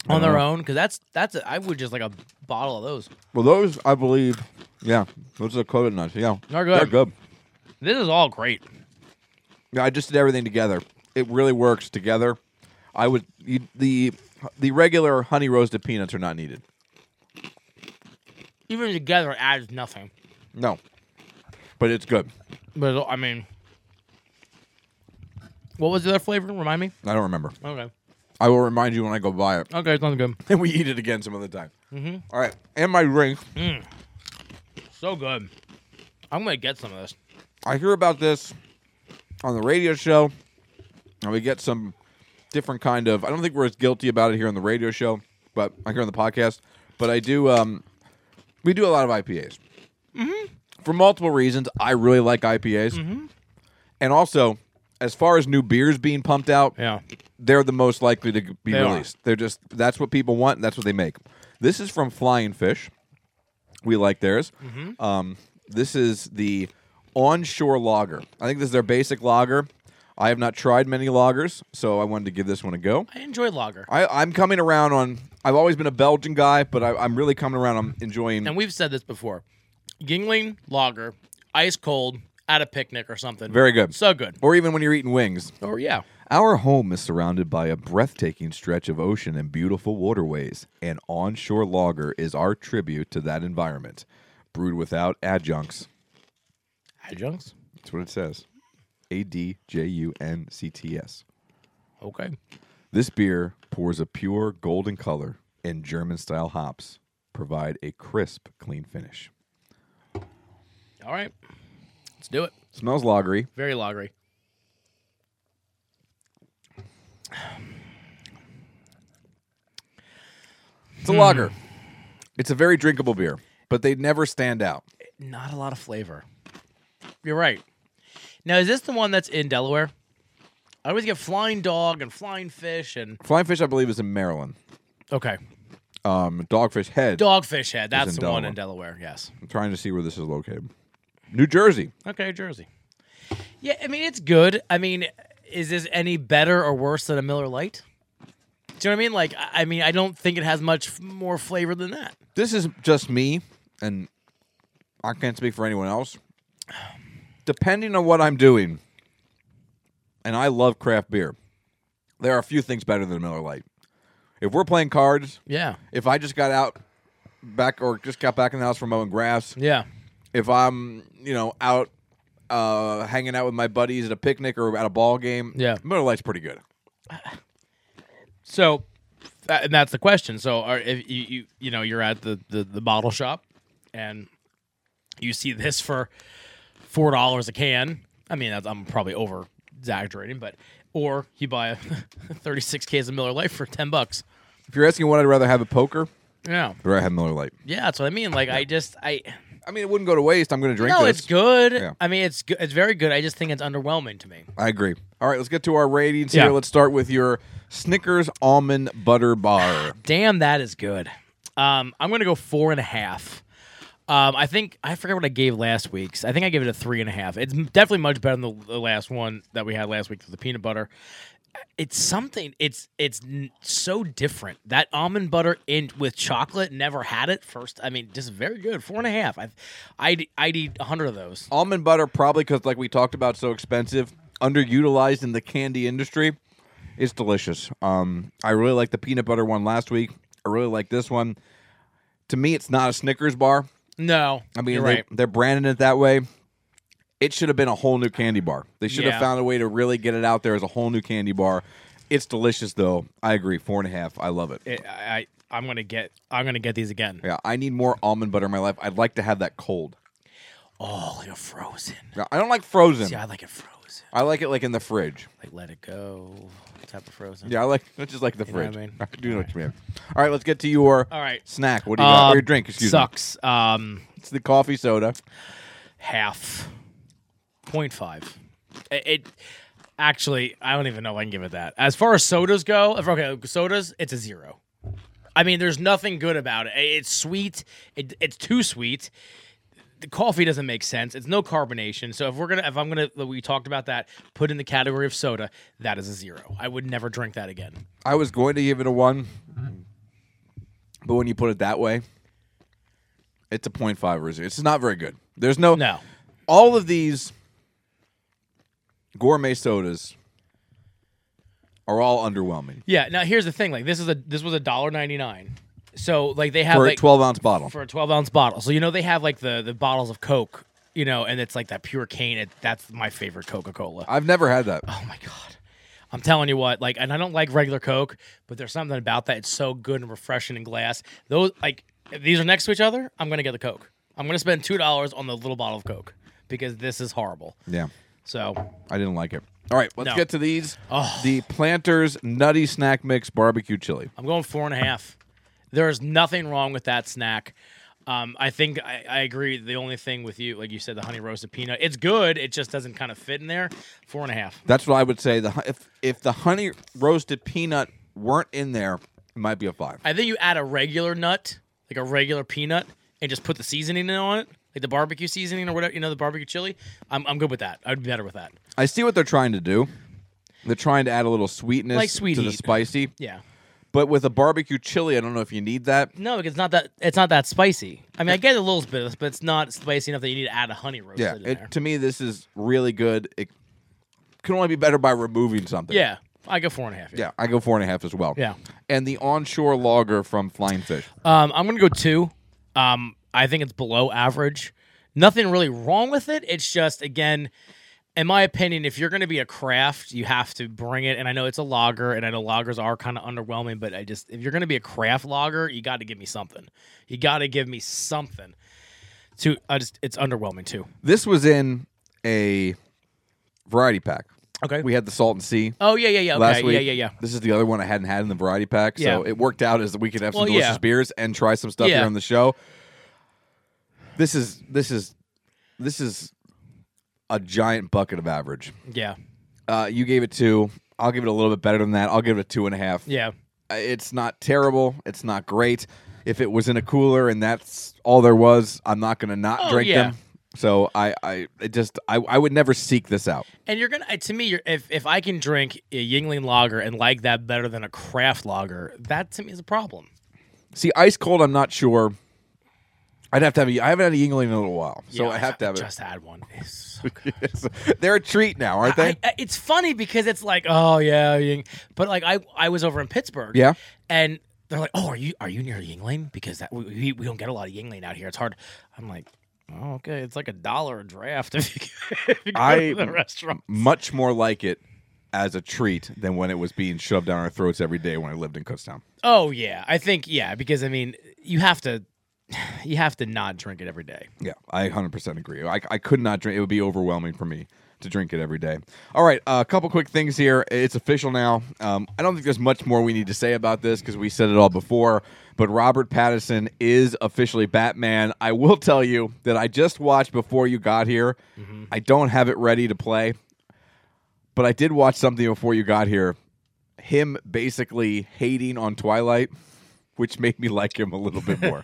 [SPEAKER 2] on their own? Because that's that's a, I would just like a bottle of those.
[SPEAKER 1] well, those I believe. Yeah, those are coated nuts. Yeah,
[SPEAKER 2] They're good.
[SPEAKER 1] They're good.
[SPEAKER 2] This is all great.
[SPEAKER 1] Yeah, I just did everything together. It really works together. I would you, the the regular honey roasted peanuts are not needed.
[SPEAKER 2] Even together, it adds nothing.
[SPEAKER 1] No, but it's good.
[SPEAKER 2] But it's- I mean, what was the other flavor? Remind me.
[SPEAKER 1] I don't remember.
[SPEAKER 2] Okay.
[SPEAKER 1] I will remind you when I go buy it.
[SPEAKER 2] Okay, sounds good.
[SPEAKER 1] and we eat it again some other time. Mm-hmm. right, and my drink.
[SPEAKER 2] So good. I'm gonna get some of this.
[SPEAKER 1] I hear about this on the radio show, and we get some different kind of. I don't think we're as guilty about it here on the radio show, but I hear on the podcast. But I do. Um, we do a lot of IPAs mm-hmm. Mm-hmm. for multiple reasons. I really like IPAs, and also as far as new beers being pumped out,
[SPEAKER 2] Yeah.
[SPEAKER 1] they're the most likely to be
[SPEAKER 2] They are.
[SPEAKER 1] released. They're just that's what people want. And that's what they make. This is from Flying Fish. We like theirs.
[SPEAKER 2] Mm-hmm.
[SPEAKER 1] Um, this is the onshore lager. I think this is their basic lager. I have not tried many lagers, so I wanted to give this one a go.
[SPEAKER 2] I enjoy lager,
[SPEAKER 1] I, I'm coming around on. I've always been a Belgian guy, but I, I'm really coming around. I'm enjoying.
[SPEAKER 2] and we've said this before. Yingling lager, ice cold at a picnic or something.
[SPEAKER 1] Very good.
[SPEAKER 2] So good.
[SPEAKER 1] or even when you're eating wings.
[SPEAKER 2] Or yeah.
[SPEAKER 1] Our home is surrounded by a breathtaking stretch of ocean and beautiful waterways, and onshore lager is our tribute to that environment. Brewed without adjuncts.
[SPEAKER 2] Adjuncts.
[SPEAKER 1] That's what it says. A D J U N C T S.
[SPEAKER 2] Okay.
[SPEAKER 1] This beer pours a pure golden color and German style hops provide a crisp, clean finish.
[SPEAKER 2] All right. Let's do it.
[SPEAKER 1] Smells lagery.
[SPEAKER 2] Very lagery.
[SPEAKER 1] It's a lager. It's a very drinkable beer. but they never stand out.
[SPEAKER 2] Not a lot of flavor. You're right. Now, is this the one that's in Delaware? I always get flying dog and flying fish and
[SPEAKER 1] Flying Fish, I believe, is in Maryland.
[SPEAKER 2] okay,
[SPEAKER 1] Um, Dogfish Head.
[SPEAKER 2] dogfish head. That's
[SPEAKER 1] in
[SPEAKER 2] the one in Delaware. Yes.
[SPEAKER 1] I'm trying to see where this is located. New Jersey.
[SPEAKER 2] Okay, Jersey. Yeah, I mean it's good. I mean, is this any better or worse than a Miller Lite? Do you know what I mean? Like, I I mean, I don't think it has much f- more flavor than that.
[SPEAKER 1] This is just me, and I can't speak for anyone else. Depending on what I'm doing, and I love craft beer, there are a few things better than Miller Lite. If we're playing cards,
[SPEAKER 2] Yeah,
[SPEAKER 1] if I just got out back or just got back in the house from mowing grass,
[SPEAKER 2] yeah,
[SPEAKER 1] if I'm you know out uh, hanging out with my buddies at a picnic or at a ball game,
[SPEAKER 2] Yeah.
[SPEAKER 1] Miller Lite's pretty good.
[SPEAKER 2] So, tha- and that's the question. So, are, if you, you you know you're at the, the the bottle shop, and you see this for four dollars a can. I mean, that's, I'm probably over exaggerating, but or you buy a 36 case of Miller Lite for 10 bucks.
[SPEAKER 1] If you're asking what I'd rather have at poker,
[SPEAKER 2] Yeah,
[SPEAKER 1] I'd rather have Miller Lite.
[SPEAKER 2] yeah, that's what I mean. Like, I just I
[SPEAKER 1] I mean, it wouldn't go to waste. I'm going to drink.
[SPEAKER 2] no,
[SPEAKER 1] this.
[SPEAKER 2] it's good.
[SPEAKER 1] Yeah.
[SPEAKER 2] I mean, it's good. It's very good. I just think it's underwhelming to me.
[SPEAKER 1] I agree. All right, let's get to our ratings
[SPEAKER 2] Yeah.
[SPEAKER 1] here. Let's start with your Snickers almond butter bar.
[SPEAKER 2] Damn, that is good. Um, I'm gonna go four and a half. Um, I think I forget what I gave last week's. I think I gave it a three and a half. It's m- definitely much better than the, the last one that we had last week with the peanut butter. It's something. It's it's n- so different. That almond butter in with chocolate never had it first. I mean, just very good. Four and a half. I, I'd I'd eat a hundred of those.
[SPEAKER 1] almond butter probably because, like we talked about, so expensive, underutilized in the candy industry. It's delicious. Um, I really like the peanut butter one last week. I really like this one. To me, it's not a Snickers bar.
[SPEAKER 2] No,
[SPEAKER 1] I mean,
[SPEAKER 2] you're
[SPEAKER 1] they,
[SPEAKER 2] right.
[SPEAKER 1] they're branding it that way. It should have been a whole new candy bar. They should
[SPEAKER 2] Yeah.
[SPEAKER 1] have found a way to really get it out there as a whole new candy bar. It's delicious, though. I agree. Four and a half. I love it.
[SPEAKER 2] It, I I- I'm gonna get I'm gonna get these again.
[SPEAKER 1] Yeah, I need more almond butter in my life. I'd like to have that cold.
[SPEAKER 2] Oh, you're frozen.
[SPEAKER 1] Now, I don't like frozen.
[SPEAKER 2] Yeah, I like it frozen.
[SPEAKER 1] I like it like in the fridge.
[SPEAKER 2] like let it go type of frozen.
[SPEAKER 1] Yeah, I like I just like the
[SPEAKER 2] know what I
[SPEAKER 1] fridge.
[SPEAKER 2] mean?
[SPEAKER 1] do know what you mean. All right, let's get to your
[SPEAKER 2] All right.
[SPEAKER 1] snack. What do you got?
[SPEAKER 2] Uh,
[SPEAKER 1] Or your drink? Excuse
[SPEAKER 2] sucks. Um,
[SPEAKER 1] me. It's the coffee soda.
[SPEAKER 2] half. 0.5. It, it actually, I don't even know if I can give it that. As far as sodas go, if- okay, sodas, it's a zero. I mean, there's nothing good about it. It's sweet. It, it's too sweet. The coffee doesn't make sense. It's no carbonation. So if we're gonna, if I'm gonna, we talked about that. Put in the category of soda. That is a zero. I would never drink that again.
[SPEAKER 1] I was going to give it a one, but when you put it that way, it's a point five or a zero. It's not very good. There's no
[SPEAKER 2] No.
[SPEAKER 1] All of these gourmet sodas are all underwhelming
[SPEAKER 2] Yeah. Now here's the thing. Like this is a this was a dollar ninety nine. So like they have
[SPEAKER 1] for a
[SPEAKER 2] like
[SPEAKER 1] twelve ounce bottle.
[SPEAKER 2] for a twelve ounce bottle. So you know they have like the the bottles of Coke. You know, and it's like that pure cane. It, that's my favorite Coca Cola.
[SPEAKER 1] I've never had that.
[SPEAKER 2] Oh my god. I'm telling you what, like, and I don't like regular Coke, but there's something about that. It's so good and refreshing in glass. Those, like, if these are next to each other. I'm gonna get the Coke. I'm gonna spend two dollars on the little bottle of Coke because this is horrible.
[SPEAKER 1] Yeah.
[SPEAKER 2] So
[SPEAKER 1] I didn't like it. All right, let's
[SPEAKER 2] No. Oh.
[SPEAKER 1] get to these. The Planters Nutty Snack Mix Barbecue Chili.
[SPEAKER 2] I'm going four and a half. There is nothing wrong with that snack. Um, I think I, I agree. The only thing with you, like you said, the honey roasted peanut, it's good. It just doesn't kind of fit in there. Four and a half.
[SPEAKER 1] That's what I would say. The hu- if if the honey roasted peanut weren't in there, it might be a five.
[SPEAKER 2] I think you add a regular nut, like a regular peanut, and just put the seasoning in on it, like the barbecue seasoning or whatever, you know, the barbecue chili. I'm, I'm good with that. I'd be better with that.
[SPEAKER 1] I see what they're trying to do. They're trying to add a little sweetness
[SPEAKER 2] Like sweet
[SPEAKER 1] to the
[SPEAKER 2] heat.
[SPEAKER 1] spicy.
[SPEAKER 2] Yeah.
[SPEAKER 1] But with a barbecue chili, I don't know if you need that.
[SPEAKER 2] No, because it's not that it's not that spicy. I mean, I get a little bit, of this, but it's not spicy enough that you need to add a honey roasted
[SPEAKER 1] Yeah.
[SPEAKER 2] in there.
[SPEAKER 1] It, to me, this is really good. It can only be better by removing something.
[SPEAKER 2] yeah, I go four and a half.
[SPEAKER 1] Yeah. I go four and a half as well.
[SPEAKER 2] Yeah.
[SPEAKER 1] And the onshore lager from Flying Fish.
[SPEAKER 2] Um, I'm gonna go two. Um, I think it's below average. Nothing really wrong with it. It's just again, in my opinion, if you're gonna be a craft, you have to bring it. And I know it's a lager, and I know lagers are kind of underwhelming, but I just if you're gonna be a craft lager, you got to give me something. You got to give me something. To I just it's underwhelming too.
[SPEAKER 1] This was in a variety pack.
[SPEAKER 2] Okay.
[SPEAKER 1] We had the Salt and Sea
[SPEAKER 2] oh yeah yeah yeah okay
[SPEAKER 1] last week.
[SPEAKER 2] yeah yeah yeah.
[SPEAKER 1] This is the other one I hadn't had in the variety pack. So
[SPEAKER 2] Yeah.
[SPEAKER 1] it worked out as we could have some
[SPEAKER 2] Well,
[SPEAKER 1] delicious
[SPEAKER 2] yeah.
[SPEAKER 1] beers and try some stuff
[SPEAKER 2] Yeah.
[SPEAKER 1] here on the show. This is this is this is a giant bucket of average.
[SPEAKER 2] Yeah.
[SPEAKER 1] Uh, you gave it two. I'll give it a little bit better than that. I'll give it a two and a half.
[SPEAKER 2] Yeah.
[SPEAKER 1] Uh, It's not terrible. It's not great. If it was in a cooler and that's all there was, I'm not going to not
[SPEAKER 2] Oh,
[SPEAKER 1] drink
[SPEAKER 2] yeah.
[SPEAKER 1] them. So I, I it just, I, I would never seek this out.
[SPEAKER 2] And you're gonna to me, you're, if if I can drink a Yingling lager and like that better than a craft lager, that to me is a problem.
[SPEAKER 1] See, ice cold, I'm not sure. I'd have to have a, I haven't had a Yingling in a little while, so
[SPEAKER 2] Yeah,
[SPEAKER 1] I have to have
[SPEAKER 2] Just had one. It's,
[SPEAKER 1] it. They're a treat now, aren't they?
[SPEAKER 2] I, I- it's funny because it's like, oh yeah, Ying. but like I I was over in Pittsburgh.
[SPEAKER 1] Yeah.
[SPEAKER 2] and they're like, oh, are you are you near Yingling? Because that we, we, we don't get a lot of Yingling out here. It's hard. I'm like. Oh, okay. It's like a dollar a draft if you, if you go
[SPEAKER 1] I-
[SPEAKER 2] to the restaurant.
[SPEAKER 1] Much more like it as a treat than when it was being shoved down our throats every day when I lived in Kutztown.
[SPEAKER 2] Oh yeah, I think yeah because I mean you have to you have to not drink it every day.
[SPEAKER 1] Yeah, I 100% agree. I, I could not drink. It would be overwhelming for me to drink it every day. All right, a couple quick things here. It's official now. Um, I don't think there's much more we need to say about this because we said it all before. But Robert Pattinson is officially Batman. I will tell you that I just watched before you got here. I don't have it ready to play, but I did watch something before you got here. Him basically hating on Twilight, which made me like him a little bit more.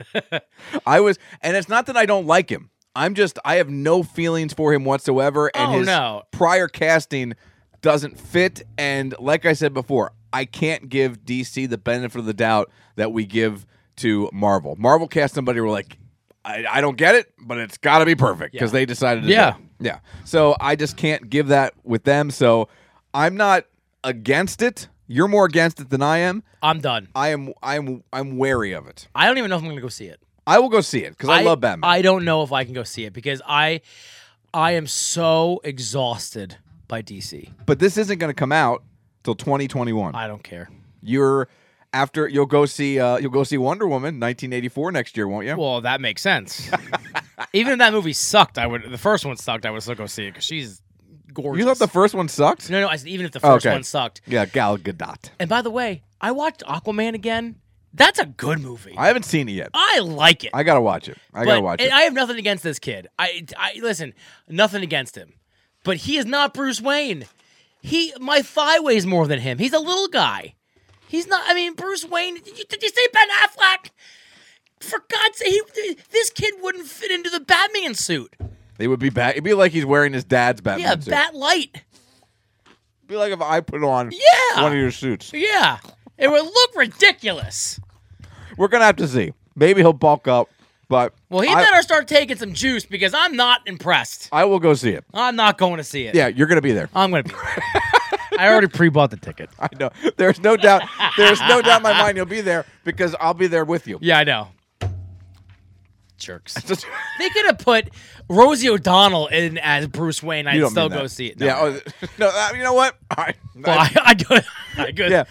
[SPEAKER 1] I was, and it's not that I don't like him. I'm just I have no feelings for him whatsoever, and
[SPEAKER 2] Oh,
[SPEAKER 1] his
[SPEAKER 2] no.
[SPEAKER 1] prior casting doesn't fit. And like I said before, I can't give DC the benefit of the doubt that we give to Marvel. Marvel cast somebody we're like, I, I don't get it, but it's got to be perfect because they decided. To do it.
[SPEAKER 2] Yeah.
[SPEAKER 1] yeah. So I just can't give that with them. So I'm not against it. You're more against it than I am.
[SPEAKER 2] I'm done.
[SPEAKER 1] I am. I'm. I'm wary of it.
[SPEAKER 2] I don't even know if I'm gonna go see it.
[SPEAKER 1] I will go see it because I, love Batman.
[SPEAKER 2] I don't know if I can go see it because I I am so exhausted by DC.
[SPEAKER 1] but this isn't going to come out till 2021.
[SPEAKER 2] I don't care.
[SPEAKER 1] You're after you'll go see uh, you'll go see Wonder Woman 1984 next year, won't you?
[SPEAKER 2] Well, that makes sense. even if that movie sucked, I would. The first one sucked. I would still go see it because she's gorgeous.
[SPEAKER 1] you thought the first one sucked?
[SPEAKER 2] no, no. I said even if the first
[SPEAKER 1] Okay.
[SPEAKER 2] one sucked.
[SPEAKER 1] Yeah, Gal Gadot.
[SPEAKER 2] And by the way, I watched Aquaman again. That's a good movie. I,
[SPEAKER 1] I haven't seen it yet.
[SPEAKER 2] like it.
[SPEAKER 1] I gotta watch it. I gotta
[SPEAKER 2] Uh, But-
[SPEAKER 1] watch
[SPEAKER 2] and
[SPEAKER 1] it.
[SPEAKER 2] I have nothing against this kid. I, I listen, nothing against him, but he is not Bruce Wayne. He, my thigh weighs more than him. He's a little guy. He's not. I mean, Bruce Wayne. Did you, did you see Ben Affleck? For God's sake, he, this kid wouldn't fit into the Batman suit.
[SPEAKER 1] it would be bad. It'd be like he's wearing his dad's Batman
[SPEAKER 2] Yeah,
[SPEAKER 1] suit.
[SPEAKER 2] Bat Light.
[SPEAKER 1] It'd be like if I put on
[SPEAKER 2] Yeah.
[SPEAKER 1] one of your suits.
[SPEAKER 2] Yeah, it would look ridiculous.
[SPEAKER 1] We're gonna have to see. Maybe he'll bulk up, but
[SPEAKER 2] Well, he
[SPEAKER 1] I,
[SPEAKER 2] better start taking some juice because I'm not impressed.
[SPEAKER 1] I will go see it.
[SPEAKER 2] I'm not going to see it.
[SPEAKER 1] Yeah, you're gonna be there.
[SPEAKER 2] I'm gonna be. I already pre-bought the ticket.
[SPEAKER 1] I know. There's no doubt. There's no doubt in my mind you'll be there because I'll be there with you.
[SPEAKER 2] Yeah, I know. Jerks.
[SPEAKER 1] Just-
[SPEAKER 2] they could have put Rosie O'Donnell in as Bruce Wayne. I'd
[SPEAKER 1] You don't
[SPEAKER 2] still
[SPEAKER 1] mean
[SPEAKER 2] go
[SPEAKER 1] that.
[SPEAKER 2] see it.
[SPEAKER 1] yeah.
[SPEAKER 2] No,
[SPEAKER 1] oh, no. uh, You know what? All right.
[SPEAKER 2] well, I, I do. I could.
[SPEAKER 1] yeah.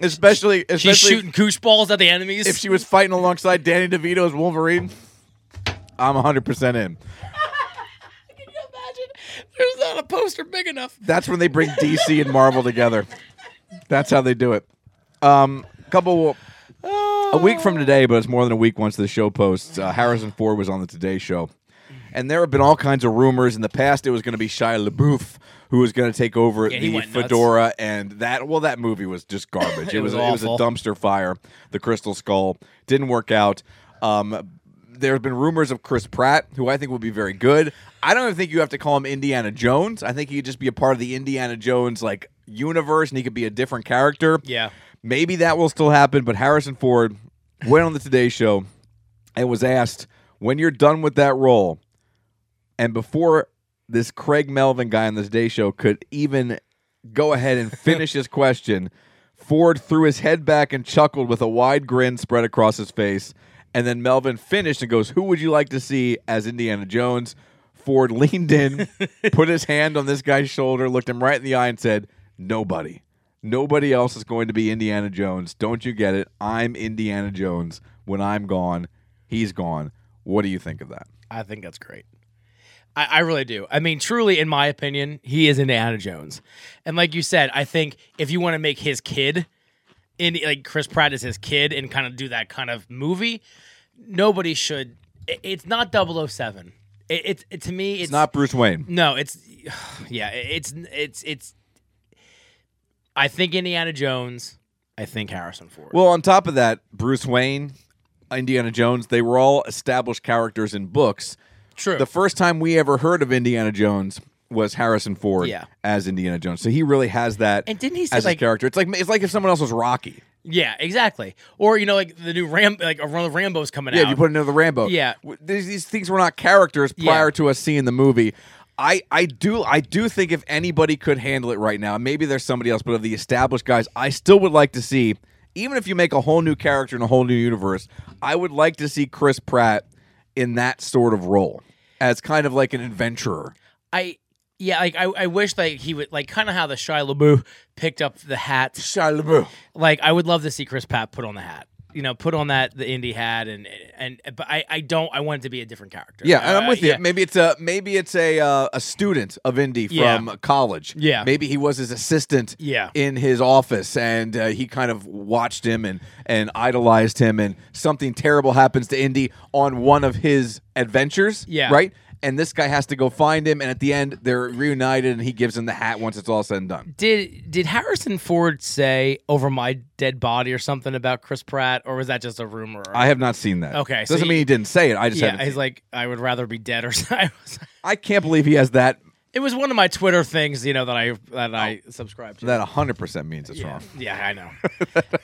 [SPEAKER 1] Especially,
[SPEAKER 2] She's
[SPEAKER 1] especially
[SPEAKER 2] shooting koosh balls at the enemies.
[SPEAKER 1] if she was fighting alongside Danny DeVito as Wolverine. I'm 100 percent in.
[SPEAKER 2] Can you imagine? There's not a poster big enough.
[SPEAKER 1] That's when they bring DC and Marvel together. That's how they do it. Um, couple
[SPEAKER 2] Oh.
[SPEAKER 1] a week from today, but it's more than a week once the show posts. Uh, Harrison Ford was on the Today Show, and there have been all kinds of rumors. In the past, it was going to be Shia LaBeouf who was going to take over
[SPEAKER 2] Yeah, he
[SPEAKER 1] the
[SPEAKER 2] went nuts.
[SPEAKER 1] fedora, and that well, that movie was just garbage. it,
[SPEAKER 2] was
[SPEAKER 1] it was a
[SPEAKER 2] awful.
[SPEAKER 1] dumpster fire. The Crystal Skull didn't work out. Um, there have been rumors of Chris Pratt, who I think will be very good. I don't even think you have to call him Indiana Jones. I think he could just be a part of the Indiana Jones like universe, and he could be a different character.
[SPEAKER 2] Yeah.
[SPEAKER 1] Maybe that will still happen, but Harrison Ford went on the Today Show and was asked, when you're done with that role, and before this Craig Melvin guy on the Today Show could even go ahead and finish his question, Ford threw his head back and chuckled with a wide grin spread across his face. And then Melvin finished and goes, Who would you like to see as Indiana Jones? Ford leaned in, put his hand on this guy's shoulder, looked him right in the eye, and said, Nobody. Nobody else is going to be Indiana Jones. Don't you get it? I'm Indiana Jones. When I'm gone, he's gone. What do you think of that?
[SPEAKER 2] I think that's great. I, I really do. I mean, truly, in my opinion, he is Indiana Jones. And like you said, I think if you want to make his kid, in like Chris Pratt is his kid, and kind of do that kind of movie, nobody should it- it's not 007. It, it's it, to me, it's,
[SPEAKER 1] It's not Bruce Wayne.
[SPEAKER 2] No, it's yeah, it- it's it's it's. I think Indiana Jones. I think Harrison Ford.
[SPEAKER 1] Well, on top of that, Bruce Wayne, Indiana Jones, they were all established characters in books.
[SPEAKER 2] true.
[SPEAKER 1] The first time we ever heard of Indiana Jones was Harrison Ford
[SPEAKER 2] Yeah.
[SPEAKER 1] as Indiana Jones. So he really has that
[SPEAKER 2] And didn't he say,
[SPEAKER 1] as his
[SPEAKER 2] like-
[SPEAKER 1] character. It's like it's like if someone else was Rocky.
[SPEAKER 2] yeah, exactly. Or you know, like the new Ram, like one of the Rambo's coming
[SPEAKER 1] Yeah,
[SPEAKER 2] out.
[SPEAKER 1] if you put another Rambo.
[SPEAKER 2] Yeah.
[SPEAKER 1] W- these, these things were not characters
[SPEAKER 2] Yeah.
[SPEAKER 1] prior to us seeing the movie. I, I do I do think if anybody could handle it right now, maybe there's somebody else, but of the established guys, I still would like to see, even if you make a whole new character in a whole new universe, I would like to see Chris Pratt in that sort of role as kind of like an adventurer.
[SPEAKER 2] I yeah, like I, I wish like he would like kind of how the Shia LaBeouf picked up the hat.
[SPEAKER 1] Shia LaBeouf.
[SPEAKER 2] Like I would love to see Chris Pratt put on the hat. You know, put on that the indie hat and and but I I don't I want it to be a different character.
[SPEAKER 1] Yeah, and I'm
[SPEAKER 2] Uh,
[SPEAKER 1] with you.
[SPEAKER 2] yeah.
[SPEAKER 1] Maybe it's a maybe it's a uh, a student of Indy
[SPEAKER 2] Yeah.
[SPEAKER 1] from college.
[SPEAKER 2] Yeah.
[SPEAKER 1] maybe he was his assistant.
[SPEAKER 2] Yeah.
[SPEAKER 1] in his office, and uh, he kind of watched him and and idolized him, and something terrible happens to Indy on one of his adventures.
[SPEAKER 2] Yeah.
[SPEAKER 1] right. And this guy has to go find him, and at the end they're reunited, and he gives him the hat once it's all said and done.
[SPEAKER 2] Did did Harrison Ford say over my dead body or something about Chris Pratt or was that just a rumor?
[SPEAKER 1] I have not seen that.
[SPEAKER 2] Okay, so
[SPEAKER 1] doesn't mean
[SPEAKER 2] he-
[SPEAKER 1] he didn't say it. I just
[SPEAKER 2] yeah,
[SPEAKER 1] haven't
[SPEAKER 2] he's
[SPEAKER 1] seen
[SPEAKER 2] like I would rather be dead or something.
[SPEAKER 1] it. I can't believe he has that.
[SPEAKER 2] it was one of my Twitter things, you know, that I that I subscribed to.
[SPEAKER 1] Oh. That 100 percent means it's
[SPEAKER 2] yeah,
[SPEAKER 1] wrong.
[SPEAKER 2] yeah, I know.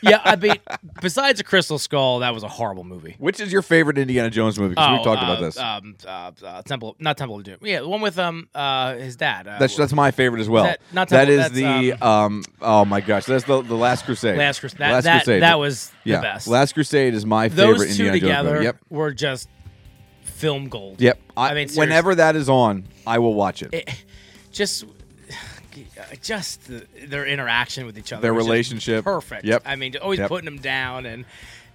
[SPEAKER 2] yeah, I mean, besides a Crystal Skull, that was a horrible movie.
[SPEAKER 1] Which is your favorite Indiana Jones movie? 'Cause we talked
[SPEAKER 2] uh,
[SPEAKER 1] about this.
[SPEAKER 2] Um, uh, uh, Temple, not Temple of Doom. Yeah, the one with um uh his dad. Uh,
[SPEAKER 1] That's that's my favorite as well.
[SPEAKER 2] That- not
[SPEAKER 1] that
[SPEAKER 2] Temple,
[SPEAKER 1] is
[SPEAKER 2] that's,
[SPEAKER 1] the um, oh my gosh, that's the the Last Crusade.
[SPEAKER 2] Last Crus- that- that- that was the
[SPEAKER 1] yeah.
[SPEAKER 2] best.
[SPEAKER 1] Last Crusade is my
[SPEAKER 2] those
[SPEAKER 1] favorite
[SPEAKER 2] two
[SPEAKER 1] Indiana Jones
[SPEAKER 2] together
[SPEAKER 1] movie. Yep,
[SPEAKER 2] were just film gold.
[SPEAKER 1] yep. I,
[SPEAKER 2] I, mean, seriously.
[SPEAKER 1] whenever that is on, I will watch it.
[SPEAKER 2] just just the, their interaction with each other,
[SPEAKER 1] Their
[SPEAKER 2] was just
[SPEAKER 1] relationship.
[SPEAKER 2] perfect.
[SPEAKER 1] Yep.
[SPEAKER 2] I mean, always
[SPEAKER 1] Yep.
[SPEAKER 2] putting them down and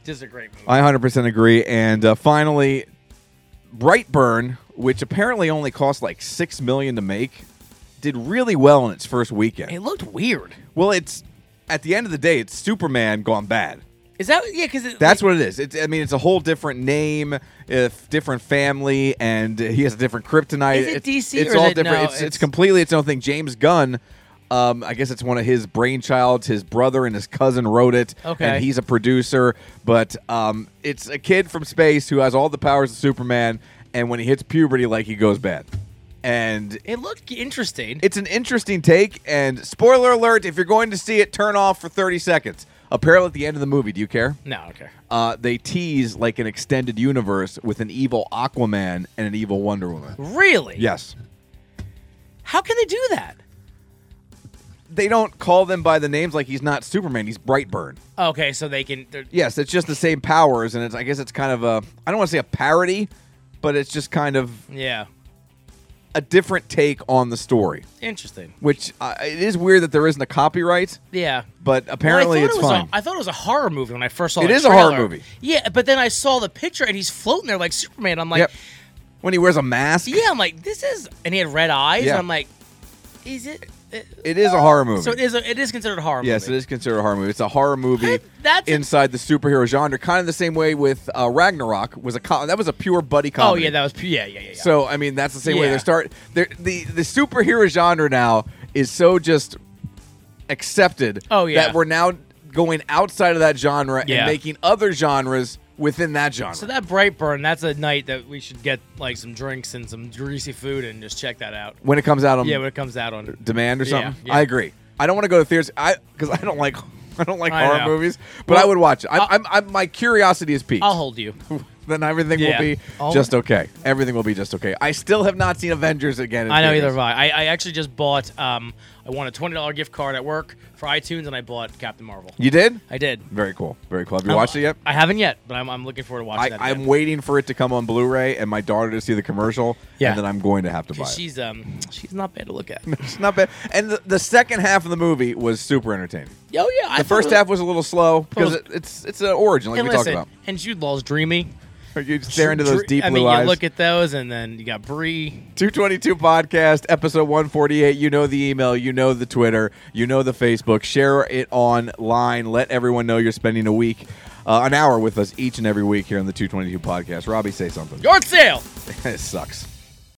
[SPEAKER 2] just a great movie.
[SPEAKER 1] I 100% agree. And uh, finally, Brightburn, which apparently only cost like six million to make, did really well in its first weekend.
[SPEAKER 2] it looked weird.
[SPEAKER 1] well, it's at the end of the day, it's Superman gone bad.
[SPEAKER 2] Is that yeah? Because
[SPEAKER 1] That's what it is. It's, I mean, it's a whole different name, if different family, and uh, he has a different kryptonite.
[SPEAKER 2] Is it
[SPEAKER 1] It's-
[SPEAKER 2] DC
[SPEAKER 1] It's
[SPEAKER 2] or is
[SPEAKER 1] all
[SPEAKER 2] it-
[SPEAKER 1] different.
[SPEAKER 2] no,
[SPEAKER 1] it's, it's,
[SPEAKER 2] it's-
[SPEAKER 1] completely its own thing. James Gunn. Um, I guess it's one of his brainchilds. His brother and his cousin wrote it,
[SPEAKER 2] Okay.
[SPEAKER 1] and he's a producer. But um, it's a kid from space who has all the powers of Superman, and when he hits puberty, like he goes bad. And
[SPEAKER 2] it looked interesting.
[SPEAKER 1] it's an interesting take. And spoiler alert: if you're going to see it, turn off for 30 seconds. Apparently, at the end of the movie, do you care?
[SPEAKER 2] no, okay.
[SPEAKER 1] uh, they tease like an extended universe with an evil Aquaman and an evil Wonder Woman.
[SPEAKER 2] Really?
[SPEAKER 1] Yes.
[SPEAKER 2] How can they do that?
[SPEAKER 1] They don't call them by the names like he's not Superman, he's Brightburn.
[SPEAKER 2] Okay, so they can. they're-
[SPEAKER 1] Yes, it's just the same powers and it's I guess it's kind of a I don't want to say a parody, but it's just kind of
[SPEAKER 2] Yeah,
[SPEAKER 1] a different take on the story,
[SPEAKER 2] interesting.
[SPEAKER 1] which uh, it is weird that there isn't a copyright,
[SPEAKER 2] Yeah.
[SPEAKER 1] but
[SPEAKER 2] Well, I
[SPEAKER 1] apparently
[SPEAKER 2] thought
[SPEAKER 1] it's
[SPEAKER 2] it was
[SPEAKER 1] fine.
[SPEAKER 2] A, I thought it was a horror movie when I first saw
[SPEAKER 1] It
[SPEAKER 2] It is
[SPEAKER 1] is a horror movie.
[SPEAKER 2] Yeah, but then I saw the picture and he's floating there like Superman. I'm like,
[SPEAKER 1] Yep. When he wears a mask,
[SPEAKER 2] yeah, I'm like, this is, and he had red eyes.
[SPEAKER 1] Yeah.
[SPEAKER 2] And I'm like, is it? uh, it-
[SPEAKER 1] it is a horror movie.
[SPEAKER 2] So it is. A, it is considered a horror
[SPEAKER 1] Yes,
[SPEAKER 2] movie.
[SPEAKER 1] it is considered a horror movie. It's a horror movie
[SPEAKER 2] What? That's a-
[SPEAKER 1] inside the superhero genre, kind of the same way with uh, Ragnarok was a co- that was a pure buddy
[SPEAKER 2] Oh
[SPEAKER 1] comedy.
[SPEAKER 2] yeah, that was. pu- Yeah, yeah, yeah. yeah.
[SPEAKER 1] So I mean, that's the same way
[SPEAKER 2] Yeah.
[SPEAKER 1] they start. They're, the the superhero genre now is so just accepted.
[SPEAKER 2] Oh, yeah.
[SPEAKER 1] that we're now going outside of that genre
[SPEAKER 2] Yeah.
[SPEAKER 1] and making other genres within that genre.
[SPEAKER 2] So that Brightburn, that's a night that we should get like some drinks and some greasy food and just check that out.
[SPEAKER 1] when it comes out on
[SPEAKER 2] Yeah, when it comes out on.
[SPEAKER 1] demand or
[SPEAKER 2] Yeah,
[SPEAKER 1] something,
[SPEAKER 2] yeah.
[SPEAKER 1] I agree. I don't want to go to theaters. I because I don't like. I don't like
[SPEAKER 2] I
[SPEAKER 1] horror
[SPEAKER 2] know.
[SPEAKER 1] movies, but
[SPEAKER 2] Well,
[SPEAKER 1] I would watch it. I'm,
[SPEAKER 2] I'll-
[SPEAKER 1] I'm, I'm, my curiosity is piqued.
[SPEAKER 2] I'll hold you.
[SPEAKER 1] then everything
[SPEAKER 2] Yeah.
[SPEAKER 1] will be
[SPEAKER 2] Oh.
[SPEAKER 1] just okay. Everything will be just okay. I still have not seen Avengers again. in
[SPEAKER 2] I know
[SPEAKER 1] theaters.
[SPEAKER 2] either of I. I. I actually just bought. Um, I won a twenty dollar gift card at work for iTunes, and I bought Captain Marvel.
[SPEAKER 1] You did?
[SPEAKER 2] I did.
[SPEAKER 1] Very cool. Very cool. Have you watched it yet?
[SPEAKER 2] I haven't yet, but I'm, I'm looking forward to
[SPEAKER 1] I,
[SPEAKER 2] watching that.
[SPEAKER 1] I'm
[SPEAKER 2] again.
[SPEAKER 1] waiting for it to come on Blu-ray and my daughter to see the commercial,
[SPEAKER 2] Yeah.
[SPEAKER 1] and then I'm going to have to buy
[SPEAKER 2] 'Cause
[SPEAKER 1] it.
[SPEAKER 2] she's um she's not bad to look at. Oh,
[SPEAKER 1] It's not bad. And the, the second half of the movie was super entertaining.
[SPEAKER 2] Yo, yeah. I
[SPEAKER 1] The first half was a little slow because it, it's it's an origin, like
[SPEAKER 2] and
[SPEAKER 1] we
[SPEAKER 2] listen,
[SPEAKER 1] talked
[SPEAKER 2] and Jude Law's dreamy.
[SPEAKER 1] about. You stare into those
[SPEAKER 2] Dre-
[SPEAKER 1] deep
[SPEAKER 2] I
[SPEAKER 1] blue
[SPEAKER 2] mean,
[SPEAKER 1] eyes.
[SPEAKER 2] you look at those, and then you got Bree.
[SPEAKER 1] 222 podcast episode 148 you know the email you know the twitter you know the facebook share it online let everyone know you're spending a week uh, an hour with us each and every week here on the 222 podcast. Robbie, say something.
[SPEAKER 2] Yard sale.
[SPEAKER 1] it sucks.